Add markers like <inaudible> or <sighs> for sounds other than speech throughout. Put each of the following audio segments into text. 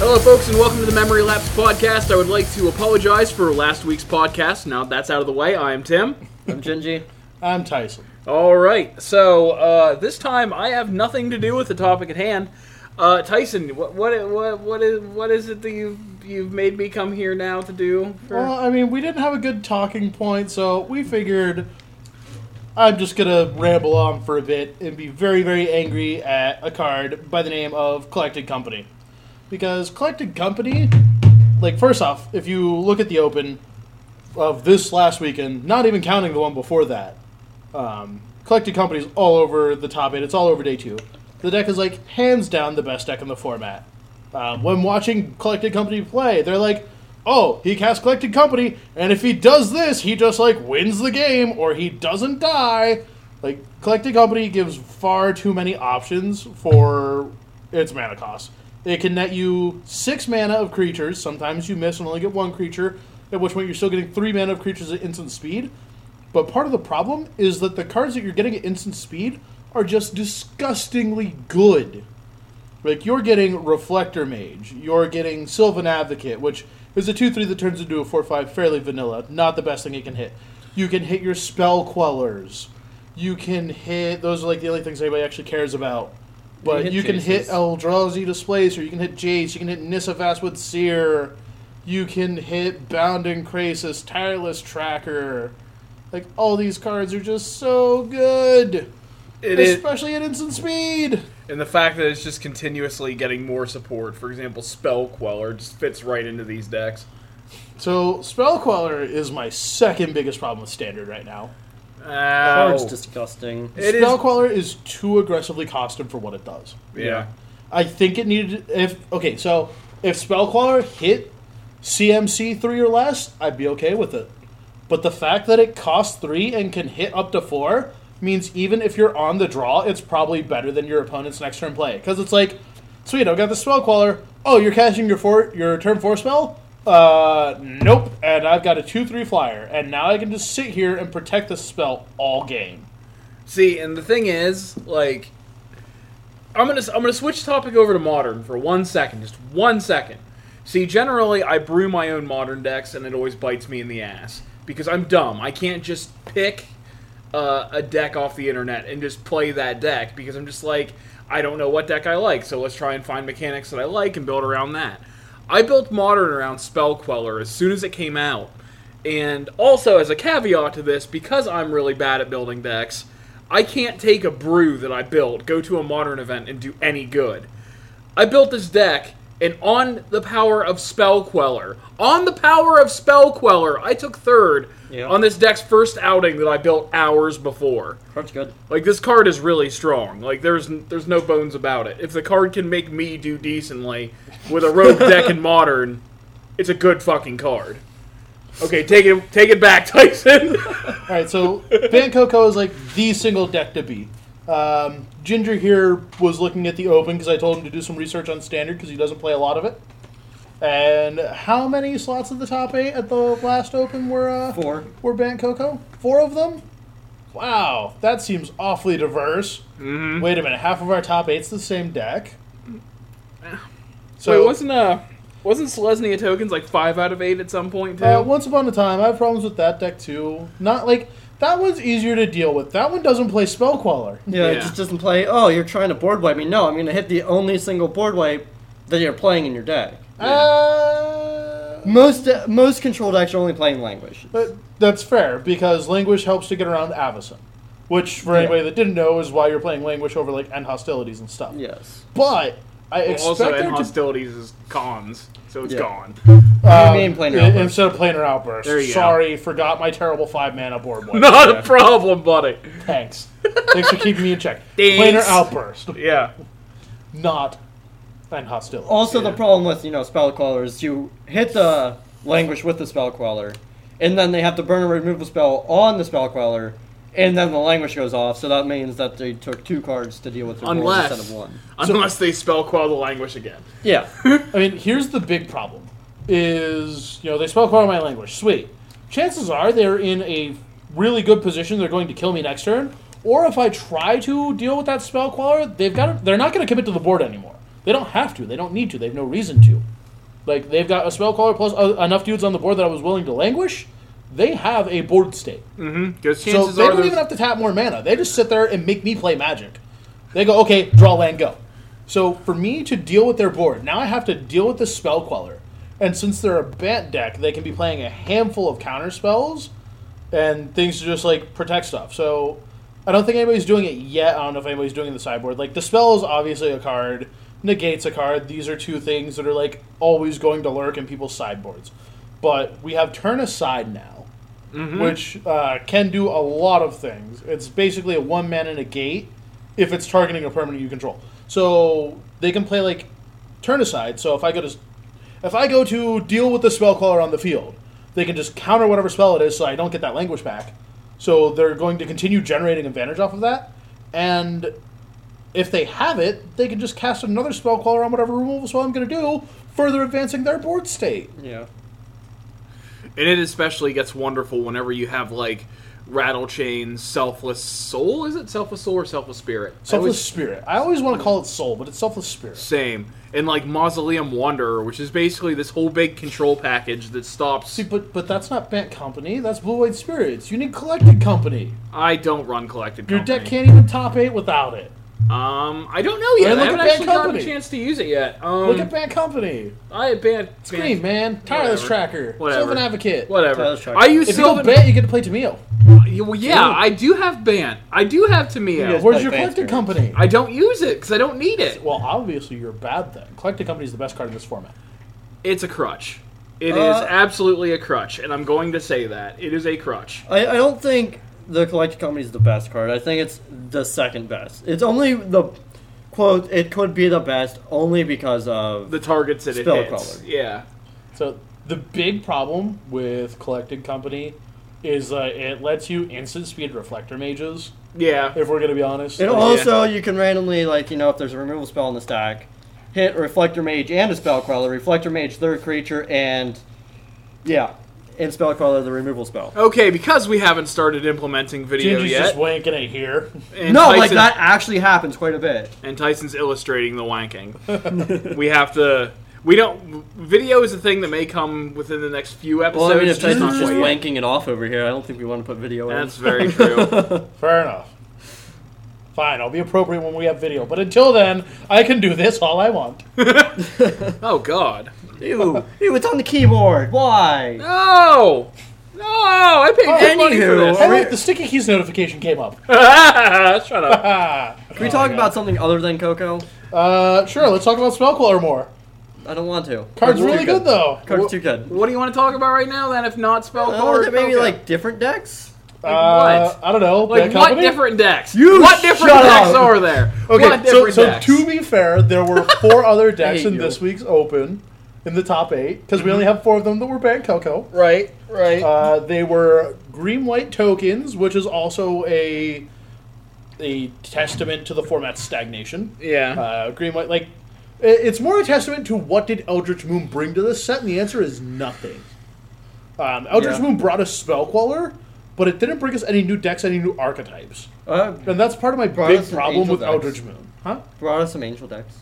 Hello, folks, and welcome to the Memory Lapse Podcast. I would like to apologize for last week's podcast. Now that's out of the way, I am Tim. I'm Gingy. I'm Tyson. All right, so uh, this time I have nothing to do with the topic at hand. Uh, Tyson, what what what what is what is it that you've you've made me come here now to do? for- Well, I mean, we didn't have a good talking point, so we figured I'm just gonna ramble on for a bit and be very, very angry at a card by the name of Collected Company, because Collected Company, like, first off, if you look at the open of this last weekend, not even counting the one before that, um, Collected Company is all over the top eight. It's all over day two. The deck is like hands down the best deck in the format. Um, when watching Collected Company play, they're like, oh, he casts Collected Company, and if he does this, he just like wins the game or he doesn't die. Like, Collected Company gives far too many options for its mana cost. It can net you six mana of creatures. Sometimes you miss and only get one creature, at which point you're still getting three mana of creatures at instant speed. But part of the problem is that the cards that you're getting at instant speed are just disgustingly good. Like you're getting Reflector Mage, you're getting Sylvan Advocate, which is a two three that turns into a four five, fairly vanilla. Not the best thing it can hit. You can hit your Spell Quellers. You can hit those are like the only things anybody actually cares about. But hit you can hit Jaces. Eldrazi Displacer, you can hit Jace, you can hit Nissa Fastwood Seer, you can hit Bounding Crasis, Tireless Tracker. Like all these cards are just so good, It is- especially at instant speed. and the fact that it's just continuously getting more support. For example, Spell Queller just fits right into these decks. So spell queller is my second biggest problem with standard right now. Card's Ow. disgusting. It is- spell queller is too aggressively costed for what it does. yeah. I think it needed if okay, so if spell queller hit CMC three or less, I'd be okay with it. But the fact that it costs three and can hit up to four means even if you're on the draw, it's probably better than your opponent's next turn play. Because it's like, sweet, I've got the spell queller. Oh, you're casting your four, your turn four spell? Uh, nope. And I've got a two three flyer, and now I can just sit here and protect the spell all game. See, and the thing is, like, I'm gonna I'm gonna switch topic over to modern for one second, just one second. See, generally, I brew my own modern decks, and it always bites me in the ass because I'm dumb. I can't just pick uh, a deck off the internet and just play that deck because I'm just like, I don't know what deck I like, so let's try and find mechanics that I like and build around that. I built modern around Spell Queller as soon as it came out. And also, as a caveat to this, because I'm really bad at building decks, I can't take a brew that I built, go to a modern event, and do any good. I built this deck, and on the power of Spell Queller, on the power of Spell Queller, I took third Yeah. on this deck's first outing that I built hours before. Card's good. Like this card is really strong. Like there's n- there's no bones about it. If the card can make me do decently with a <laughs> rogue deck in modern, it's a good fucking card. Okay, take it take it back, <laughs> Tyson. All right, so Bancoco is like the single deck to beat. Um, Ginger here was looking at the open because I told him to do some research on standard because he doesn't play a lot of it. And how many slots at the top eight at the last open were uh, Four. Were Bancoco? Four of them. Wow, that seems awfully diverse. Wait a minute, half of our top eight's the same deck. Wait, wasn't uh wasn't Selesnya tokens like five out of eight at some point too? Uh, once upon a time, I have problems with that deck too. Not like that one's easier to deal with. That one doesn't play spell queller. Yeah, Yeah. it just doesn't play. Oh, you're trying to board wipe me. No, I'm going to hit the only single board wipe that you're playing in your deck. Uh, Most uh, most control decks are only playing language. but that's fair because Languish helps to get around Avison, which for Yeah. anybody that didn't know is why you're playing Languish over like end hostilities and stuff. Yes. But I Well, expect also, and there to hostilities is cons, so it's Yeah. gone. um, You mean planar i- outburst. instead of planar outburst. There you go. Sorry, forgot my terrible five mana <laughs> board. <laughs> wipe. Not a problem, buddy. Thanks. Thanks for keeping me in check. Thanks. Planar outburst, Yeah. not end hostility. Also, the problem with you know spell queller is you hit the language with the spell queller, and then they have to burn a removal spell on the spell queller, and then the language goes off. So that means that they took two cards to deal with their board Unless- instead of one. Unless they spell quell the languish again. Yeah. <laughs> I mean, here's the big problem: is you know they spoke part of my language. Sweet. Chances are they're in a really good position. They're going to kill me next turn. Or if I try to deal with that spell queller, they've got. To, they're not going to commit to the board anymore. They don't have to. They don't need to. They have no reason to. Like they've got a spell caller plus uh, enough dudes on the board that I was willing to languish. They have a board state, Mm-hmm. Because so chances they are don't there's- even have to tap more mana. They just sit there and make me play Magic. They go, okay, draw land, go. So for me to deal with their board, now I have to deal with the spell queller, and since they're a bent deck, they can be playing a handful of counter spells and things to just like protect stuff. So I don't think anybody's doing it yet. I don't know if anybody's doing it in the sideboard. Like the spell is obviously a card, negates a card. These are two things that are like always going to lurk in people's sideboards. But we have turn aside now, Mm-hmm. which uh, can do a lot of things. It's basically a one man and a gate if it's targeting a permanent you control. So they can play like turn aside. So if I go to if I go to deal with the spell caller on the field, they can just counter whatever spell it is, so I don't get that language back. So they're going to continue generating advantage off of that, and if they have it, they can just cast another spell caller on whatever removal spell I'm going to do, further advancing their board state. Yeah. And it especially gets wonderful whenever you have like rattle chain, selfless soul. Is it selfless soul or selfless spirit? I Selfless always- spirit. I always want to call it soul, but it's selfless spirit. same. And like mausoleum wanderer, which is basically this whole big control package that stops. See, but but that's not Bant Company. That's Blue White Spirits. You need Collected Company. I don't run collected. Your company. deck can't even top eight without it. Um, I don't know yet. And I look haven't at Bad actually gotten a Company. chance to use it yet. Um, Look at Bant Company. I ban ban- Scream, man. Tireless Whatever. Tracker. Whatever. Sylvan Advocate. Whatever. Tyler's trying I to- use If you go Sylvan. bet, you get to play Tamil. Yeah, well, yeah, I do have ban. I do have Tamiya. Yeah. Where's play your Bant collected Spirit. company? I don't use it because I don't need it. well, obviously you're bad then. Collected company is the best card in this format. It's a crutch. It is Uh, absolutely a crutch, and I'm going to say that it is a crutch. I, I don't think the collected company is the best card. I think it's the second best. It's only the quote. It could be the best only because of The targets that it Spell hits. crawler. Yeah, So the big problem with collected company is that it lets you instant speed reflector mages. yeah. If we're gonna be honest, It Like, also you can randomly like you know if there's a removal spell in the stack, hit Reflector Mage and a spell queller. Reflector Mage third creature and yeah, and spell queller the removal spell. Okay, because we haven't started implementing video Gingy's yet. just wanking it here. <laughs> and No, like Tyson- that actually happens quite a bit. and Tyson's illustrating the wanking. <laughs> we have to. We don't. Video is a thing that may come within the next few episodes. Well, I mean, if just not Tyson's just quite yet. wanking it off over here, I don't think we want to put video in. That's very <laughs> true. Fair enough. Fine, I'll be appropriate when we have video. But until then, I can do this all I want. oh God. Ew, ew, it's on the keyboard. Why? No. No. I paid good money for Oh, Anywho, this. Hey, look, Oh, the sticky keys notification came up. <laughs> <laughs> Shut up. Ah. Can we talk about something other than Coco? Uh, sure. Let's talk about Spellcaller more. I don't want to. Card's Too really good though. Card's too good. What do you want to talk about right now? Then, if not spell Uh, card, maybe Coco? like different decks. Uh, what? I don't know. Like Bad what Company? different decks? You what different shut decks up. are there? Okay, what so, different so decks? to be fair, there were <laughs> four other decks hate in you. Mm-hmm. this week's Open in the top eight because we only have four of them that were banned. Coco. right, right. Uh, they were green white tokens, which is also a a testament to the format's stagnation. yeah. Uh, green white like i- it's more a testament to what did Eldritch Moon bring to this set, and the answer is nothing. Um, Eldritch Yeah. Moon brought us Spellqueller, but it didn't bring us any new decks, any new archetypes. Uh, And that's part of my Brought big us an problem angel with decks. Eldritch Moon. Huh? brought us some angel decks.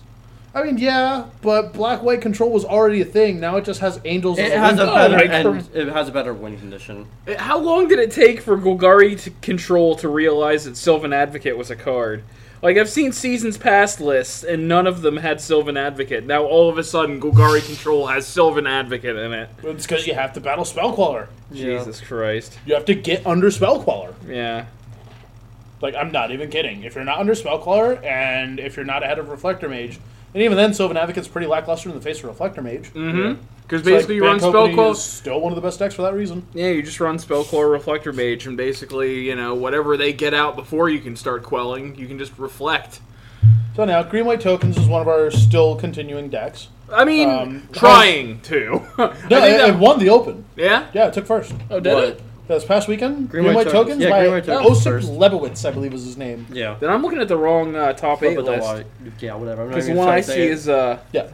I mean, yeah, but black white control was already a thing. Now it just has angels. It as has a window. better like and from- it has a better win condition. How long did it take for Golgari to control to realize that Sylvan Advocate was a card? Like I've seen seasons past lists, and none of them had Sylvan Advocate. Now all of a sudden, Golgari control has Sylvan Advocate in it. It's because you have to battle Spellqueller. Yeah. Jesus Christ! You have to get under Spellqueller. Yeah, Like I'm not even kidding. If you're not under Spellcaller, and if you're not ahead of Reflector Mage, and even then, Sylvan Advocate's pretty lackluster in the face of Reflector Mage. because It's like Mm-hmm. basically you run Bad Company Spellclaw. is Still one of the best decks for that reason. Yeah, you just run Spellclaw Reflector Mage, and basically you know whatever they get out before you can start quelling, you can just reflect. So now, green white tokens is one of our still continuing decks. I mean, <laughs> Um, trying to. <laughs> I think No, it, that- it won the Open. yeah. Yeah, it took first. Oh, did What? it? This past weekend, Green Green, White White, Tokens. Tokens Yeah, by Green White Tokens Osip first. Lebowitz, I believe was his name. Yeah. Then I'm looking at the wrong uh, top eight But the list. why- yeah, whatever. I'm not Because the even one trying I to say see it. is uh, Yeah. Uh,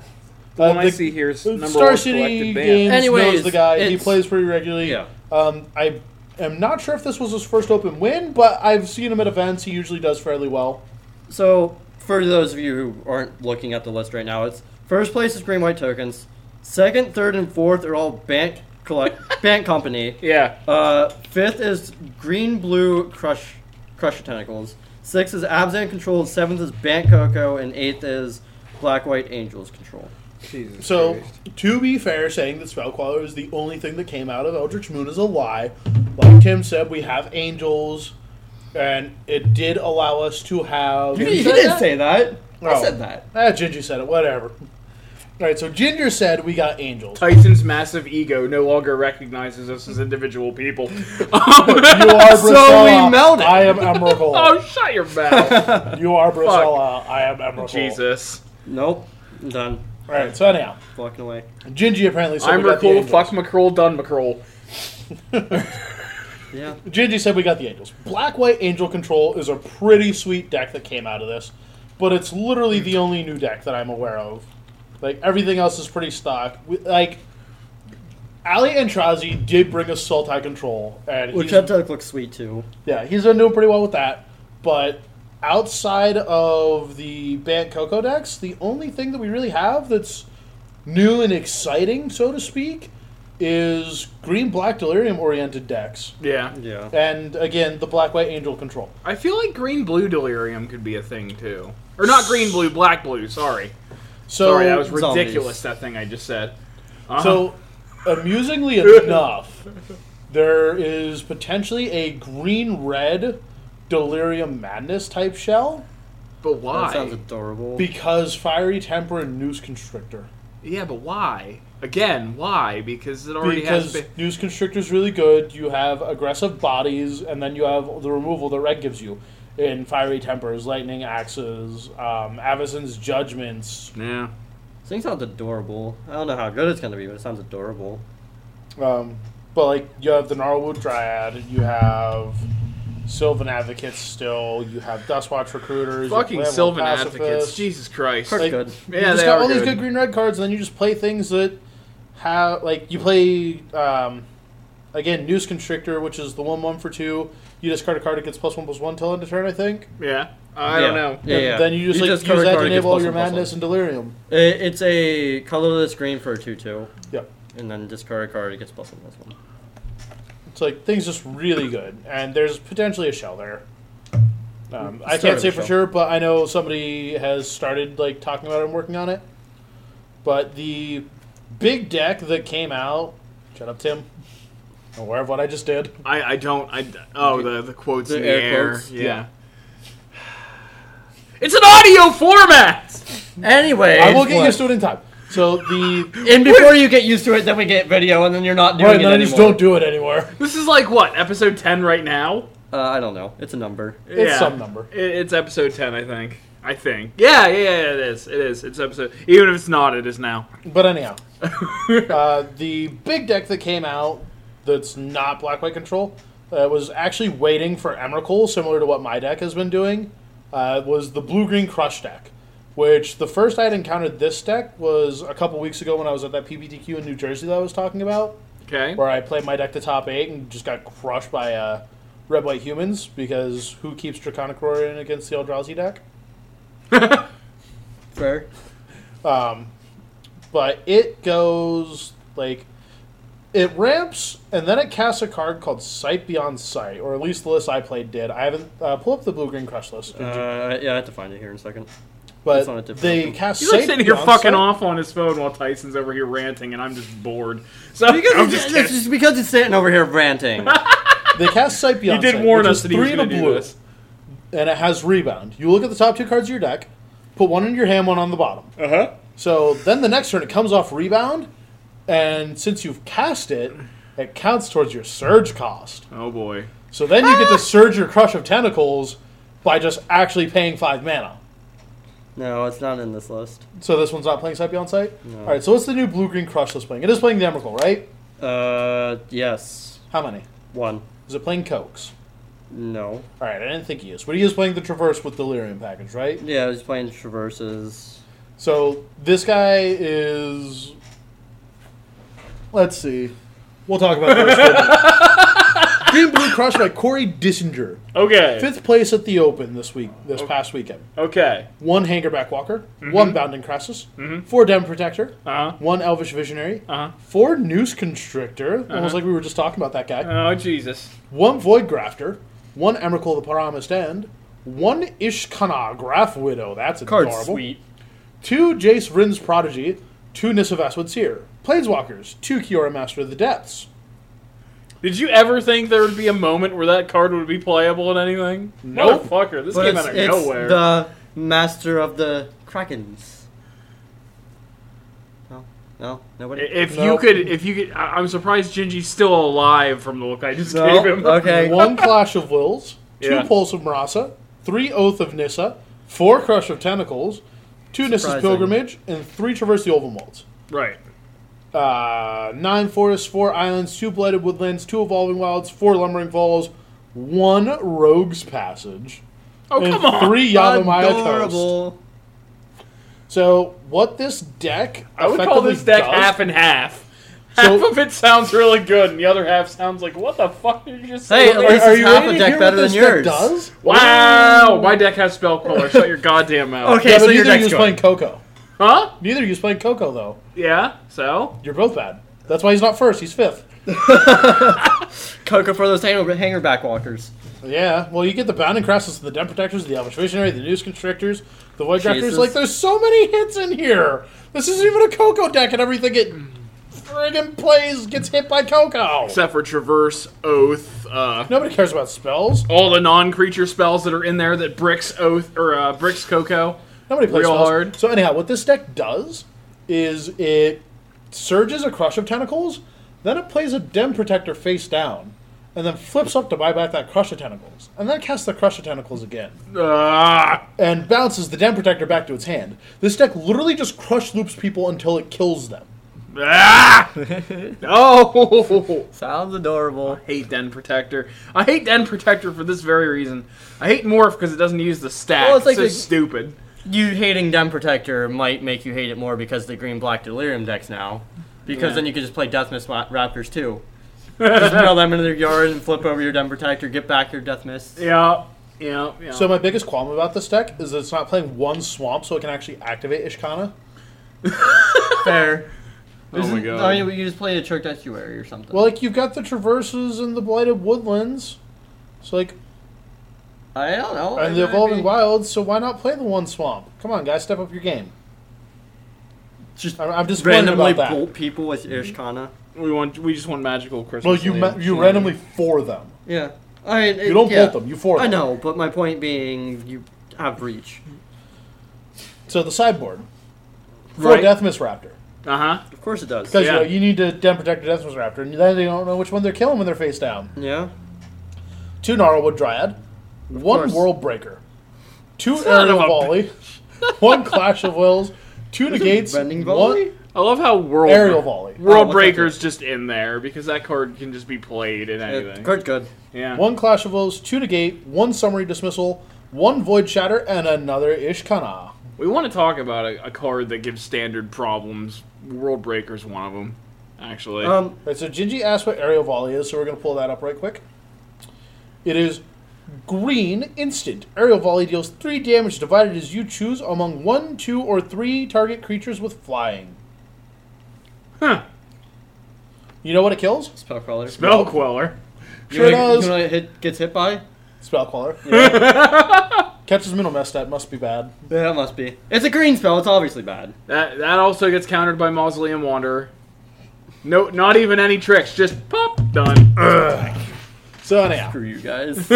the one I see here is number Star one City collected band. Games Anyways, knows the guy. He it's- plays pretty regularly. Yeah. Um, I am not sure if this was his first open win, but I've seen him at events. He usually does fairly well. So for those of you who aren't looking at the list right now, it's first place is green white tokens. Second, third, and fourth are all Bant collect <laughs> Bant Company. Yeah. Uh, fifth is Green Blue Crush Crusher Tentacles. Sixth is Abzan Control. Seventh is Bant Coco, and eighth is Black White Angels Control. Jesus. So, Christ. to be fair, saying that Spellcaller is the only thing that came out of Eldritch Moon is a lie. Like Tim said, we have angels, and it did allow us to have. You, You said didn't that? say that. I Oh. said that. Ah, Ginger said it. Whatever. All right, so Ginger said we got <laughs> angels. Titan's massive ego no longer recognizes us as individual people. <laughs> You are So we Brasala. melted. I am <laughs> Emerald. oh, shut your mouth. <laughs> you are Brasala. I am Emerald. Jesus. Nope. I'm done. All right, so anyhow, Walking away. Gingy apparently said I'm we got the McCroll, angels. fuck McCroll, done McCroll. Yeah. Gingy said we got the angels. Black White Angel Control is a pretty sweet deck that came out of this, but it's literally the only new deck that I'm aware of. Like everything else is pretty stock. We, like Ali Antrazi did bring us Sultai Control, and Which he's- that duck looks sweet too. yeah, he's been doing pretty well with that. But outside of the Bant Coco decks, the only thing that we really have that's new and exciting, so to speak, is green black delirium oriented decks. Yeah. Yeah. And again, the black white angel control. I feel like green blue delirium could be a thing too. Or not green blue, black blue, sorry. So, sorry, that was zombies. ridiculous, that thing I just said. Uh-huh. so <laughs> amusingly enough, there is potentially a green red delirium madness type shell but That sounds why? adorable. because fiery temper and noose constrictor. Yeah, but why? Again, why? Because it already because has. news constrictor's really good. You have aggressive bodies, and then you have the removal that red gives you in fiery tempers, lightning axes, um, Avicen's judgments. Been, yeah. This thing sounds adorable. I don't know how good it's gonna be, but it sounds adorable. Um, but like you have the Gnarlwood Dryad, you have Sylvan Advocates still, you have Dustwatch Recruiters, you have Fucking Landlord Sylvan Pacifists. advocates. Jesus Christ. Like- Like, Good. You Yeah, just they got are all these good. good green red cards, and then you just play things that have like you play um, again Noose Constrictor, which is the one one for two. You discard a card that gets plus one plus one till end of turn, I think. yeah. I don't know. Yeah, And yeah. Then you just You like just use cover that to card, it gets enable all plus your one, plus madness one. and delirium. I- It's a colorless green for a two-two, Yeah, and then discard a card. It gets plus one plus one. it's like things just really good, and there's potentially a shell there. Um, I Start of can't say a for shell. sure, but I know somebody has started like talking about it and working on it. But the big deck that came out, shut up, Tim. Aware of what I just did. I, I don't. I, oh, the, the quotes The in the air air. quotes? Yeah. It's an audio format! Anyway, I will get used to it in time. So the And before <laughs> you get used to it, then we get video, and then you're not doing right, it then I anymore. just don't do it anymore. This is like what, episode 10 right now? uh, I don't know. It's a number. It's some number. It, it's episode 10, I think. I think. Yeah, yeah, yeah, it is. It is. It's episode. Even if it's not, it is now. But anyhow, <laughs> uh, the big deck that came out that's not black white control uh, was actually waiting for Emrakul, similar to what my deck has been doing. Uh, was the blue green crush deck, which the first I had encountered this deck was a couple weeks ago when I was at that PBTQ in New Jersey that I was talking about. Okay? where I played my deck to top eight and just got crushed by uh, red white humans because who keeps Draconic Roar in against the Eldrazi deck? Fair. Um, but it goes like it ramps and then it casts a card called Sight Beyond Sight, or at least the list I played did. I haven't uh, pull up the blue green crush list, Uh, yeah, I have to find it here in a second. it's on a but different they open. cast He's like Sight sitting here Beyond fucking Sight. off on his phone while Tyson's over here ranting, and I'm just bored. So I'm just it's kidding. just because it's sitting over here ranting. They cast Sight <laughs> He Beyond Sight. did warn which us is that he was three and a going to do blue. this. and it has rebound. You look at the top two cards of your deck, put one in your hand, one on the bottom. Oh. Uh Uh-huh. So then the next turn it comes off rebound, and since you've cast it, it counts towards your surge cost. Oh, boy. So then you get to surge your crush of tentacles by just actually paying five mana. no, it's not in this list. So this one's not playing Sight Beyond Sight. All right. So what's the new blue green crush that's playing? It is playing the Emrakul, right? Uh, yes, How many? one. Is it playing Cokes? No. All right, I didn't think he is, but he is playing the Traverse with Delirium package, right? Yeah, he's playing traverses. So this guy is. Let's see. We'll talk about this. Green Blue Crush by Corey Dissinger. Okay. Fifth place at the Open this week, this past weekend. Okay. One Hangerback Walker, Mm-hmm. one Bounding Crassus, four Dem Protector, Uh huh. one Elvish Visionary, Uh huh. four Noose Constrictor, Uh-huh. almost like we were just talking about that guy, Oh Jesus. one Void Grafter, one Emrakul the Promised End, one Ishkana Graph Widow, that's Card adorable, sweet. two Jace Rin's Prodigy, two Nissa Vestwood Seer, Planeswalkers, two Kiora Master of the Depths. Did you ever think there would be a moment where that card would be playable in anything? Nope. Motherfucker, this But came it's, out of it's nowhere. the master of the Krakens. No, no, I- nobody. If Nope. you could, if you could, I- I'm surprised Genji's still alive from the look I just No, gave him. okay. <laughs> one Clash of Wills, two Yeah. Pulse of Marasa, three Oath of Nissa, four Crush of Tentacles, two Nissa's Surprising. Pilgrimage, and three Traverse the Oval Molds. Right. Uh, nine forests, four islands, two blighted woodlands, two evolving wilds, four lumbering falls, one rogue's passage, Oh and come on. three Yavamaya coast. Adorable. So what this deck I would call effectively this deck does- half and half. So- Half of it sounds really good, and the other half sounds like, "What the fuck did you just Hey, say?" at Are, least are it's you half ready a to deck hear what better than this yours. Deck does? wow, my deck has spell <laughs> color. Shut your goddamn mouth. Okay. Yeah, but so your neither of deck's you's good. playing Coco. Huh? Neither of you's playing Coco though. Yeah. So. You're both bad. That's why he's not first. He's fifth. Coca for those hanger, hanger back walkers. Yeah, well, you get the Bounding Crassus, the Den Protectors, the Elvish Visionary, the News Constrictors, the Void Grafters. Jesus. Like, there's so many hits in here. This isn't even a Coco deck, and everything it friggin' plays gets hit by Coco. Except for Traverse, Oath, uh, Nobody cares about spells. all the non-creature spells that are in there that bricks Oath or uh, bricks Coco. Nobody plays Real spells. hard. So anyhow, what this deck does is it surges a Crush of Tentacles, then it plays a Den Protector face down, and then flips up to buy back that Crush of Tentacles, and then casts the Crush of Tentacles again. Ah, and bounces the Dam Protector back to its hand. This deck literally just crush loops people until it kills them. <laughs> ah! no. <laughs> Sounds adorable. Hate Den Protector. I hate Den Protector for this very reason. I hate Morph because it doesn't use the stack. Well, it's it's like so the- stupid. You hating Dem Protector might make you hate it more because the green black delirium decks now. Because Yeah. then you can just play Deathmist Ra- Raptors too. just mail them into their yard and flip over your Dem Protector, get back your Deathmist. Yeah, yeah, yeah. So my biggest qualm about this deck is that it's not playing one swamp so it can actually activate Ishkana. <laughs> Fair. oh my god. I mean, you just play a Choked Estuary or something. Well, like you've got the traverses and the blighted woodlands. So like I don't know. and It the might evolving be- wilds, so why not play the one swamp? Come on, guys, step up your game. Just I'm, I'm just randomly randomly about that. bolt people with Ishkana. we want. We just want magical Christmas. Well, you ma- Eve. you randomly for them. Yeah. I mean, it- You don't yeah. bolt them, you for them. I know, but my point being, you have reach. So the sideboard for Right. Deathmiss Raptor. Uh huh. Of course it does. Because Yeah. you, know, you need to den protect a Deathmiss Raptor, and then they don't know which one they're killing when they're face down. Yeah. two Gnarlwood Dryad, one course. World Breaker, two Son of Aerial a Volley, <laughs> one Clash of Wills, two Negates, Bending one volley? I love how world Aerial Volley, World Oh, what's that Breaker's just in there because that card can just be played in anything. Good, good. yeah. one Clash of Wills, two Negate, one Summary Dismissal, one Void Shatter, and another Ishkana. We want to talk about a, a card that gives standard problems. World Breaker's one of them, actually. Um, Right, so Gingy asked what Aerial Volley is, so we're going to pull that up right quick. It is green instant. Aerial Volley deals three damage divided as you choose among one, two, or three target creatures with flying. huh. You know what it kills? Spellcrawler. Spell Queller. Sure you know, does. You know what it hit, gets hit by? Spell <laughs> caller. Catches middle mess that must be bad. Yeah, that must be. It's a green spell. It's obviously bad. That that also gets countered by Mausoleum Wanderer. No, not even any tricks. Just pop, done. Uh, So anyhow. Screw <laughs> you guys.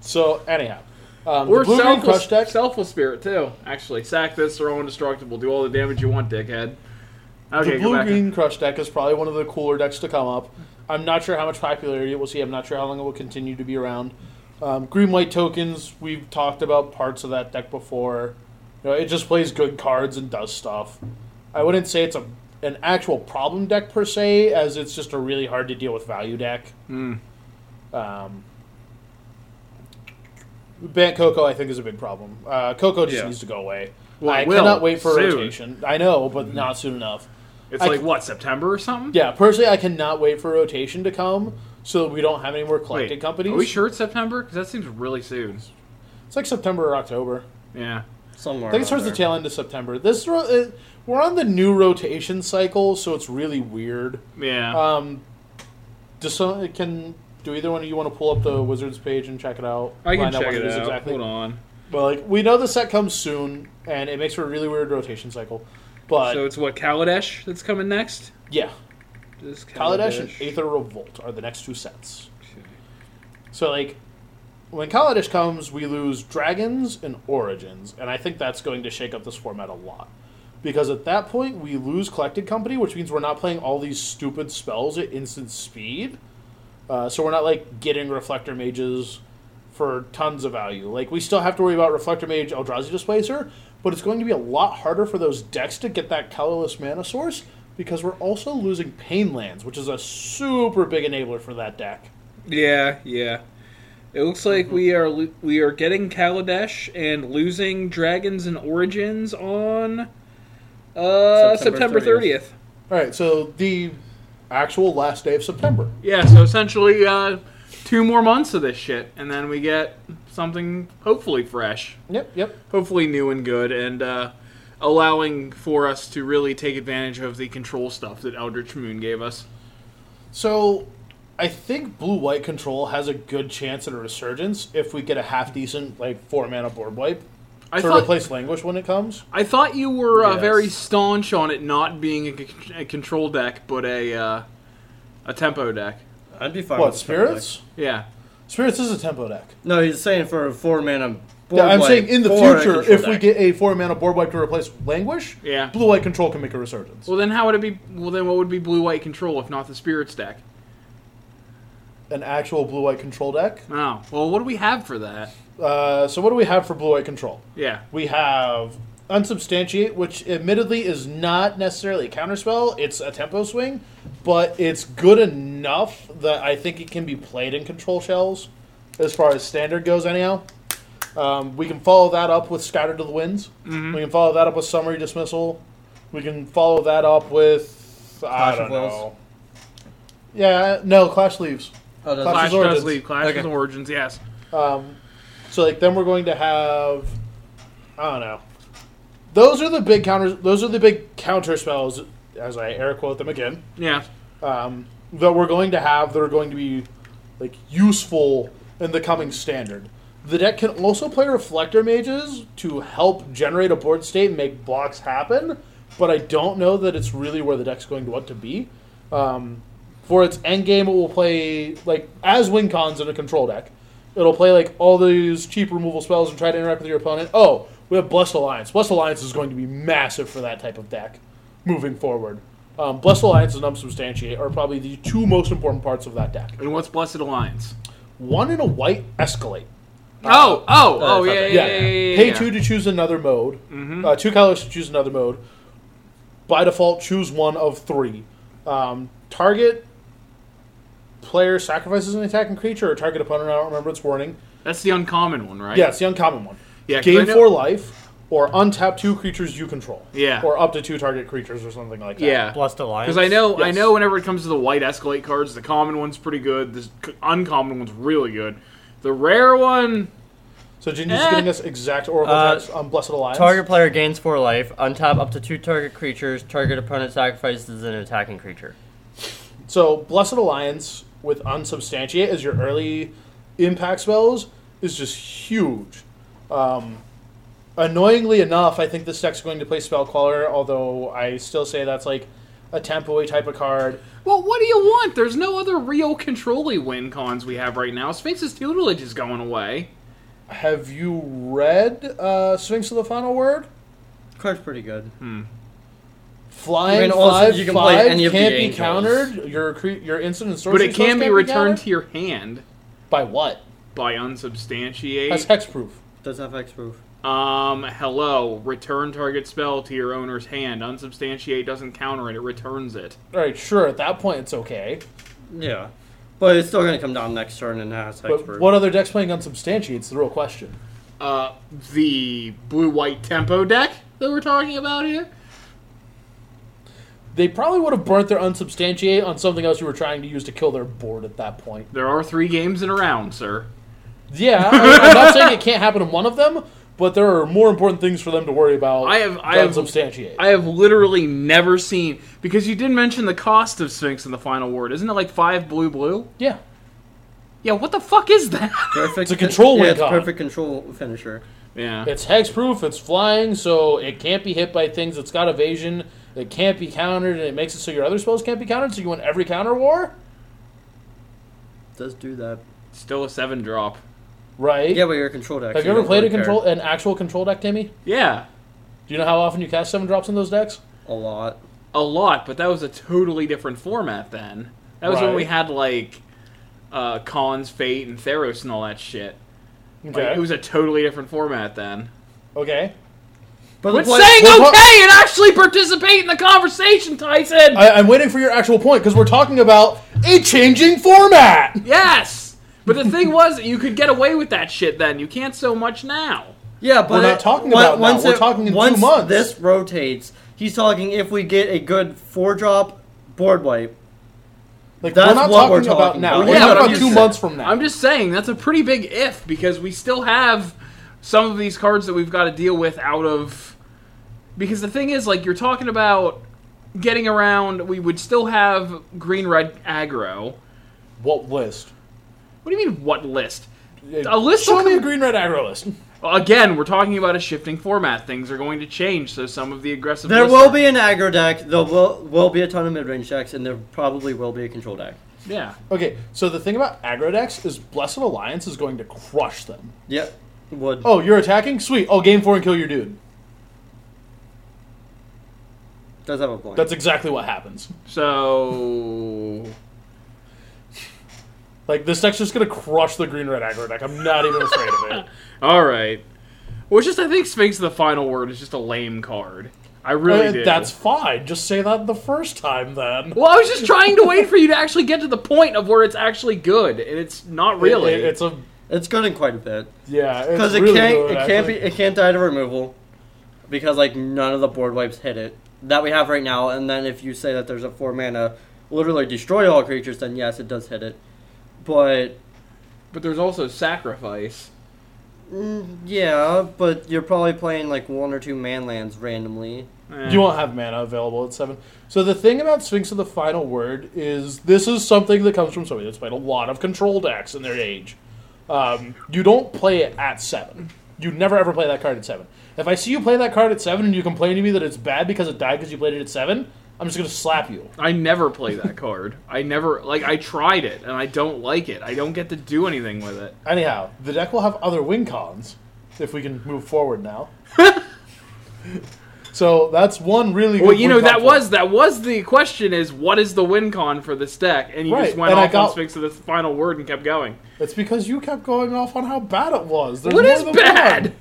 So anyhow. Um, Or the blue green selfless, crush deck. selfless Spirit too. Actually, sack this. They're all indestructible. Do all the damage you want, dickhead. Okay, the go blue back. green crush deck is probably one of the cooler decks to come up. I'm not sure how much popularity it will see. I'm not sure how long it will continue to be around. Um, green white tokens. We've talked about parts of that deck before. You know, it just plays good cards and does stuff. I wouldn't say it's a an actual problem deck per se, as it's just a really hard to deal with value deck. Hmm. Um, Bant Coco, I think, is a big problem. Uh, Coco just Yeah. needs to go away. Well, I it will cannot wait for a soon. rotation. I know, but not soon enough. It's I like c- what September or something. Yeah, personally, I cannot wait for rotation to come so that we don't have any more collected Wait, companies. Are we sure it's September? Because that seems really soon. It's like September or October. Yeah. Somewhere. I think it around starts the there. tail end of September. This ro- uh, we're on the new rotation cycle, so it's really weird. Yeah. Um, does some, can do either one of you want to pull up the Wizards page and check it out? I can Find check what it is out. Hold on. But like we know the set comes soon, and it makes for a really weird rotation cycle. But so it's what Kaladesh that's coming next. yeah, This Kaladesh and Aether Revolt are the next two sets. So like when Kaladesh comes, we lose Dragons and Origins, and I think that's going to shake up this format a lot. Because at that point we lose Collected Company, which means we're not playing all these stupid spells at instant speed. Uh, so we're not like getting Reflector Mages for tons of value. Like we still have to worry about Reflector Mage Eldrazi Displacer, but it's going to be a lot harder for those decks to get that colorless mana source because we're also losing Painlands, which is a super big enabler for that deck. Yeah, yeah. It looks like we are lo- we are getting Kaladesh and losing Dragons and Origins on uh, September September 30th. thirtieth. All right, so the actual last day of September. Yeah, so essentially uh, two more months of this shit, and then we get something hopefully fresh, Yep, yep. hopefully new and good, and uh, allowing for us to really take advantage of the control stuff that Eldritch Moon gave us. So I think blue white control has a good chance at a resurgence if we get a half decent like four mana board wipe I to thought replace Languish when it comes. I thought you were uh, Yes. very staunch on it not being a, c- a control deck, but a uh, a tempo deck. I'd be fine. What with September spirits? Yeah. Spirits is a tempo deck. deck. No, he's saying for a four mana. Yeah, board I'm wipe saying in the for a future, control if we deck. get a four mana board wipe to replace Languish, Yeah. blue white control can make a resurgence. Well, then how would it be? Well, then what would be blue white control if not the spirits deck? An actual blue white control deck. Oh, well, what do we have for that? Uh, so what do we have for blue white control? Yeah. We have Unsubstantiate, which admittedly is not necessarily a counterspell. It's a tempo swing, but it's good enough that I think it can be played in control shells, as far as standard goes, anyhow. Um, we can follow that up with Scatter to the Winds. Mm-hmm. We can follow that up with Summary Dismissal. We can follow that up with. I Clash don't of Wills. know. Yeah, no, Clash Leaves. Oh, does Clash Clash is does Origins. leave. Clash Okay. is Origins. Yes. Um, so like then we're going to have I don't know. Those are the big counters. Those are the big counter spells, as I air quote them again. Yeah. Um, that we're going to have that are going to be like useful in the coming standard. The deck can also play reflector mages to help generate a board state and make blocks happen, but I don't know that it's really where the deck's going to want to be. Um, for its end game, it will play like as win cons in a control deck. It'll play like all these cheap removal spells and try to interact with your opponent. Oh, we have Blessed Alliance. Blessed Alliance is going to be massive for that type of deck moving forward. Um, Blessed Alliance and Unsubstantiate are probably the two most important parts of that deck. And what's Blessed Alliance? One in a white Escalate. oh, oh, oh, it's yeah, not yeah, that- yeah, yeah, yeah, Pay yeah. Mm-hmm. two to choose another mode. Uh, two colors to choose another mode. By default, choose one of three. Um, target player sacrifices an attacking creature or target opponent. I don't remember its warning. That's the uncommon one, right? Yeah, it's the uncommon one. Yeah, 'cause I Gain know- four life or untap two creatures you control. Yeah. Or up to two target creatures or something like that. Yeah. Blessed Alliance. Because I know, I Yes. know. Whenever it comes to the white Escalate cards, the common one's pretty good. The c- uncommon one's really good. The rare one, So Gingy's Eh. getting us exact Oracle Uh, text on Blessed Alliance. Target player gains four life. Untap up to two target creatures. Target opponent sacrifices an attacking creature. So Blessed Alliance with Unsubstantiate as your early impact spells is just huge. Um, annoyingly enough, I think this deck's going to play Spellcaller, although I still say that's like a tempo type of card. Well, what do you want? There's no other real controlly win cons we have right now. Sphinx's tutelage is going away. Have you read uh, Sphinx of the Final Word? Card's pretty good. Hmm. Flying I mean, also, five, you can play five any of the can't be angels. countered. Your cre- your instant and But sorcery it can spells be can't returned countered? to your hand by what? by That's unsubstantiate. hexproof. Does have X proof. Um, hello, return target spell to your owner's hand. Unsubstantiate doesn't counter it; it returns it. All right, sure. At that point, it's okay. Yeah, but it's still gonna come down next turn and has X But proof. what other deck's playing unsubstantiate? It's the real question. Uh, the blue-white tempo deck that we're talking about here. They probably would have burnt their unsubstantiate on something else you were trying to use to kill their board at that point. There are three games in a round, sir. Yeah, I, <laughs> am not saying it can't happen in one of them, but there are more important things for them to worry about. I have- I than have- substantiate. I have literally never seen because you did mention the cost of Sphinx in the final word. Isn't it like five blue blue? yeah, Yeah, what the fuck is that? <laughs> Perfect. It's a control Yeah, win it's a con. perfect control finisher. Yeah. it's hexproof. It's flying, so it can't be hit by things. It's got evasion. It can't be countered, and it makes it so your other spells can't be countered. So you win every counter war, does do that. Still a seven drop. right? Yeah, but you're a control deck. have so you ever don't played a really care. control, an actual control deck, Timmy? Yeah. Do you know how often you cast seven drops in those decks? A lot. A lot, but that was a totally different format then. That was when we Right. had like uh Collins Fate and Theros and all that shit. Like, Okay. it was a totally different format then. okay. But Quit the point- saying what- okay and actually participate in the conversation, Tyson! I, I'm waiting for your actual point because we're talking about a changing format. yes! But the thing was that you could get away with that shit then. You can't so much now. Yeah, but not it- talking on- about it now. once We're it- talking in two once months. This rotates. He's talking if we get a good four drop board wipe. Like That's we're not what talking, we're about talking now. about. We're Yeah, but talking I'm about two just- months from now. I'm just saying that's a pretty big if because we still have some of these cards that we've got to deal with out of because the thing is like you're talking about getting around we would still have green red aggro. what list? What do you mean what list? A list Show will me come- a green red aggro list. Again, we're talking about a shifting format. Things are going to change, so some of the aggressive There lists will are- be an aggro deck. There will, will be a ton of mid range decks, and there probably will be a control deck. yeah. Okay, so the thing about aggro decks is Blessed Alliance is going to crush them. Yep. Would. Oh, you're attacking? Sweet. Oh, game four and kill your dude. Does have a point. That's exactly what happens. So Like this deck's just gonna crush the green red aggro deck. I'm not even afraid of it. all right. Well, it's just I think Sphinx the final word is just a lame card. I really Uh, do. That's fine. Just say that the first time then. Well, I was just trying to wait for you to actually get to the point of where it's actually good, and it's not really. It- it- it's a it's good in quite a bit yeah. Because because it can't. it can't be. It can't die to removal because like none of the board wipes hit it that we have right now. And then if you say that there's a four mana, literally destroy all creatures, then yes, it does hit it. But but there's also sacrifice. Mm, yeah, but you're probably playing like one or two manlands randomly. You won't have mana available at seven. So the thing about Sphinx of the Final Word is this is something that comes from somebody that's played a lot of control decks in their age. Um, you don't play it at seven. You never ever play that card at seven. If I see you play that card at seven and you complain to me that it's bad because it died because you played it at seven, I'm just gonna slap you. I never play that card. I never like. I tried it, and I don't like it. I don't get to do anything with it. Anyhow, the deck will have other win cons if we can move <laughs> forward now. so that's one really. Well, good you win know con that for was that was the question: is what is the win con for this deck? And you Right, just went and I off on got- Sphinx of the final word and kept going. It's because you kept going off on how bad it was. There's What more is than bad? one.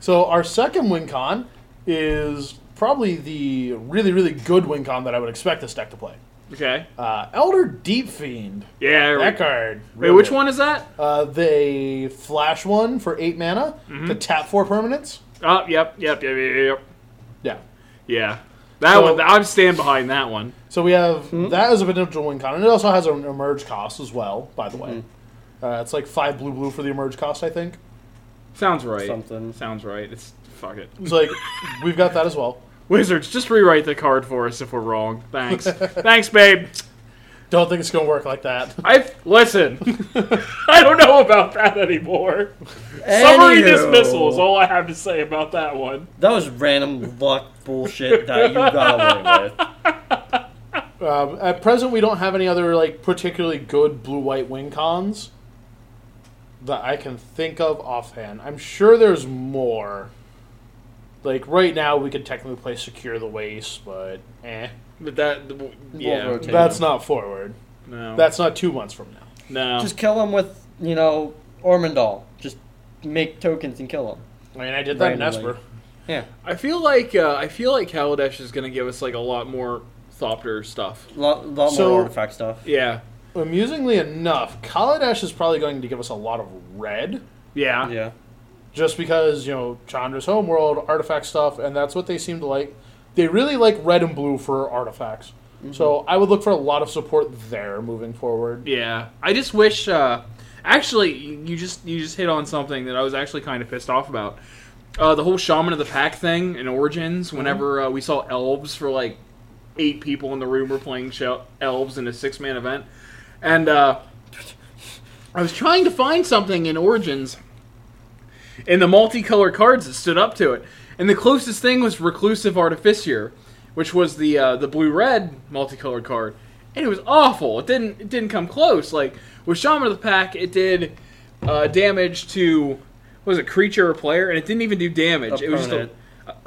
So our second win con is probably the really, really good win con that I would expect this deck to play. Okay. Uh, Elder Deep Fiend. Yeah. there we That go. card. Wait, which one is that? Uh, they flash one for eight mana Mm-hmm. to tap four permanents. Oh, yep, yep, yep, yep, yep. Yeah. Yeah. That So- one. I'm stand behind that one. So we have Mm-hmm. that as a potential win con, and it also has an emerge cost as well. By the way, Mm-hmm. uh, it's like five blue blue for the emerge cost, I think. Sounds right. Something. Sounds right. It's fuck it. It's like <laughs> we've got that as well. Wizards, just rewrite the card for us if we're wrong. Thanks. <laughs> Thanks, babe. Don't think it's gonna work like that. I listen. <laughs> I don't know about that anymore. Summary Anywho, dismissal is all I have to say about that one. That was random luck bullshit that <laughs> you got away with. Um, at present, we don't have any other like particularly good blue white wing cons that I can think of offhand. I'm sure there's more. Like right now, we could technically play secure the waste, but eh, But that, yeah, We'll rotate. that's not forward. no, That's not two months from now. no. Just kill him with you know Ormondal. Just make tokens and kill him. I mean, I did that in Randomly. Esper. Yeah, I feel like uh, I feel like Kaladesh is going to give us like a lot more Thopter stuff. lot, lot So- more artifact stuff. Yeah, Amusingly enough, Kaladesh is probably going to give us a lot of red, yeah, Yeah, just because you know Chandra's homeworld artifact stuff, and that's what they seem to like. they really like red and blue for artifacts. So I would look for a lot of support there moving forward. Yeah, I just wish. Uh, actually, you you just you just hit on something that I was actually kind of pissed off about. Uh, the whole shaman of the pack thing in Origins. Whenever uh, we saw elves for like eight people in the room were playing shel- elves in a six man event, and uh, I was trying to find something in Origins in the multicolored cards that stood up to it, and the closest thing was Reclusive Artificier, which was the uh, the blue red multicolored card, and it was awful. It didn't it didn't come close. Like with Shaman of the Pack, it did uh, damage to what was it creature or player, and it didn't even do damage. It was just a,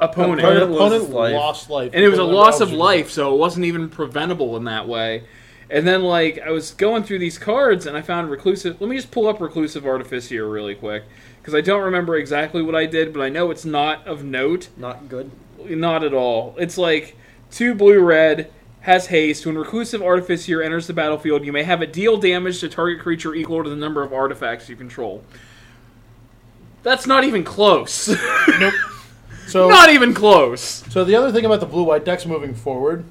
Opponent. a- opponent. Your Opponent opponent loses life. lost life, And it was a Whatever loss else of you do. life, so it wasn't even preventable in that way. And then, like, I was going through these cards and I found Reclusive. Let me just pull up Reclusive Artifice here really quick, because I don't remember exactly what I did, but I know it's not of note. Not good. Not at all. It's like two blue red has haste. When reclusive artificer enters the battlefield, you may have it deal damage to target creature equal to the number of artifacts you control. That's not even close. <laughs> So not even close. So the other thing about the blue white decks moving forward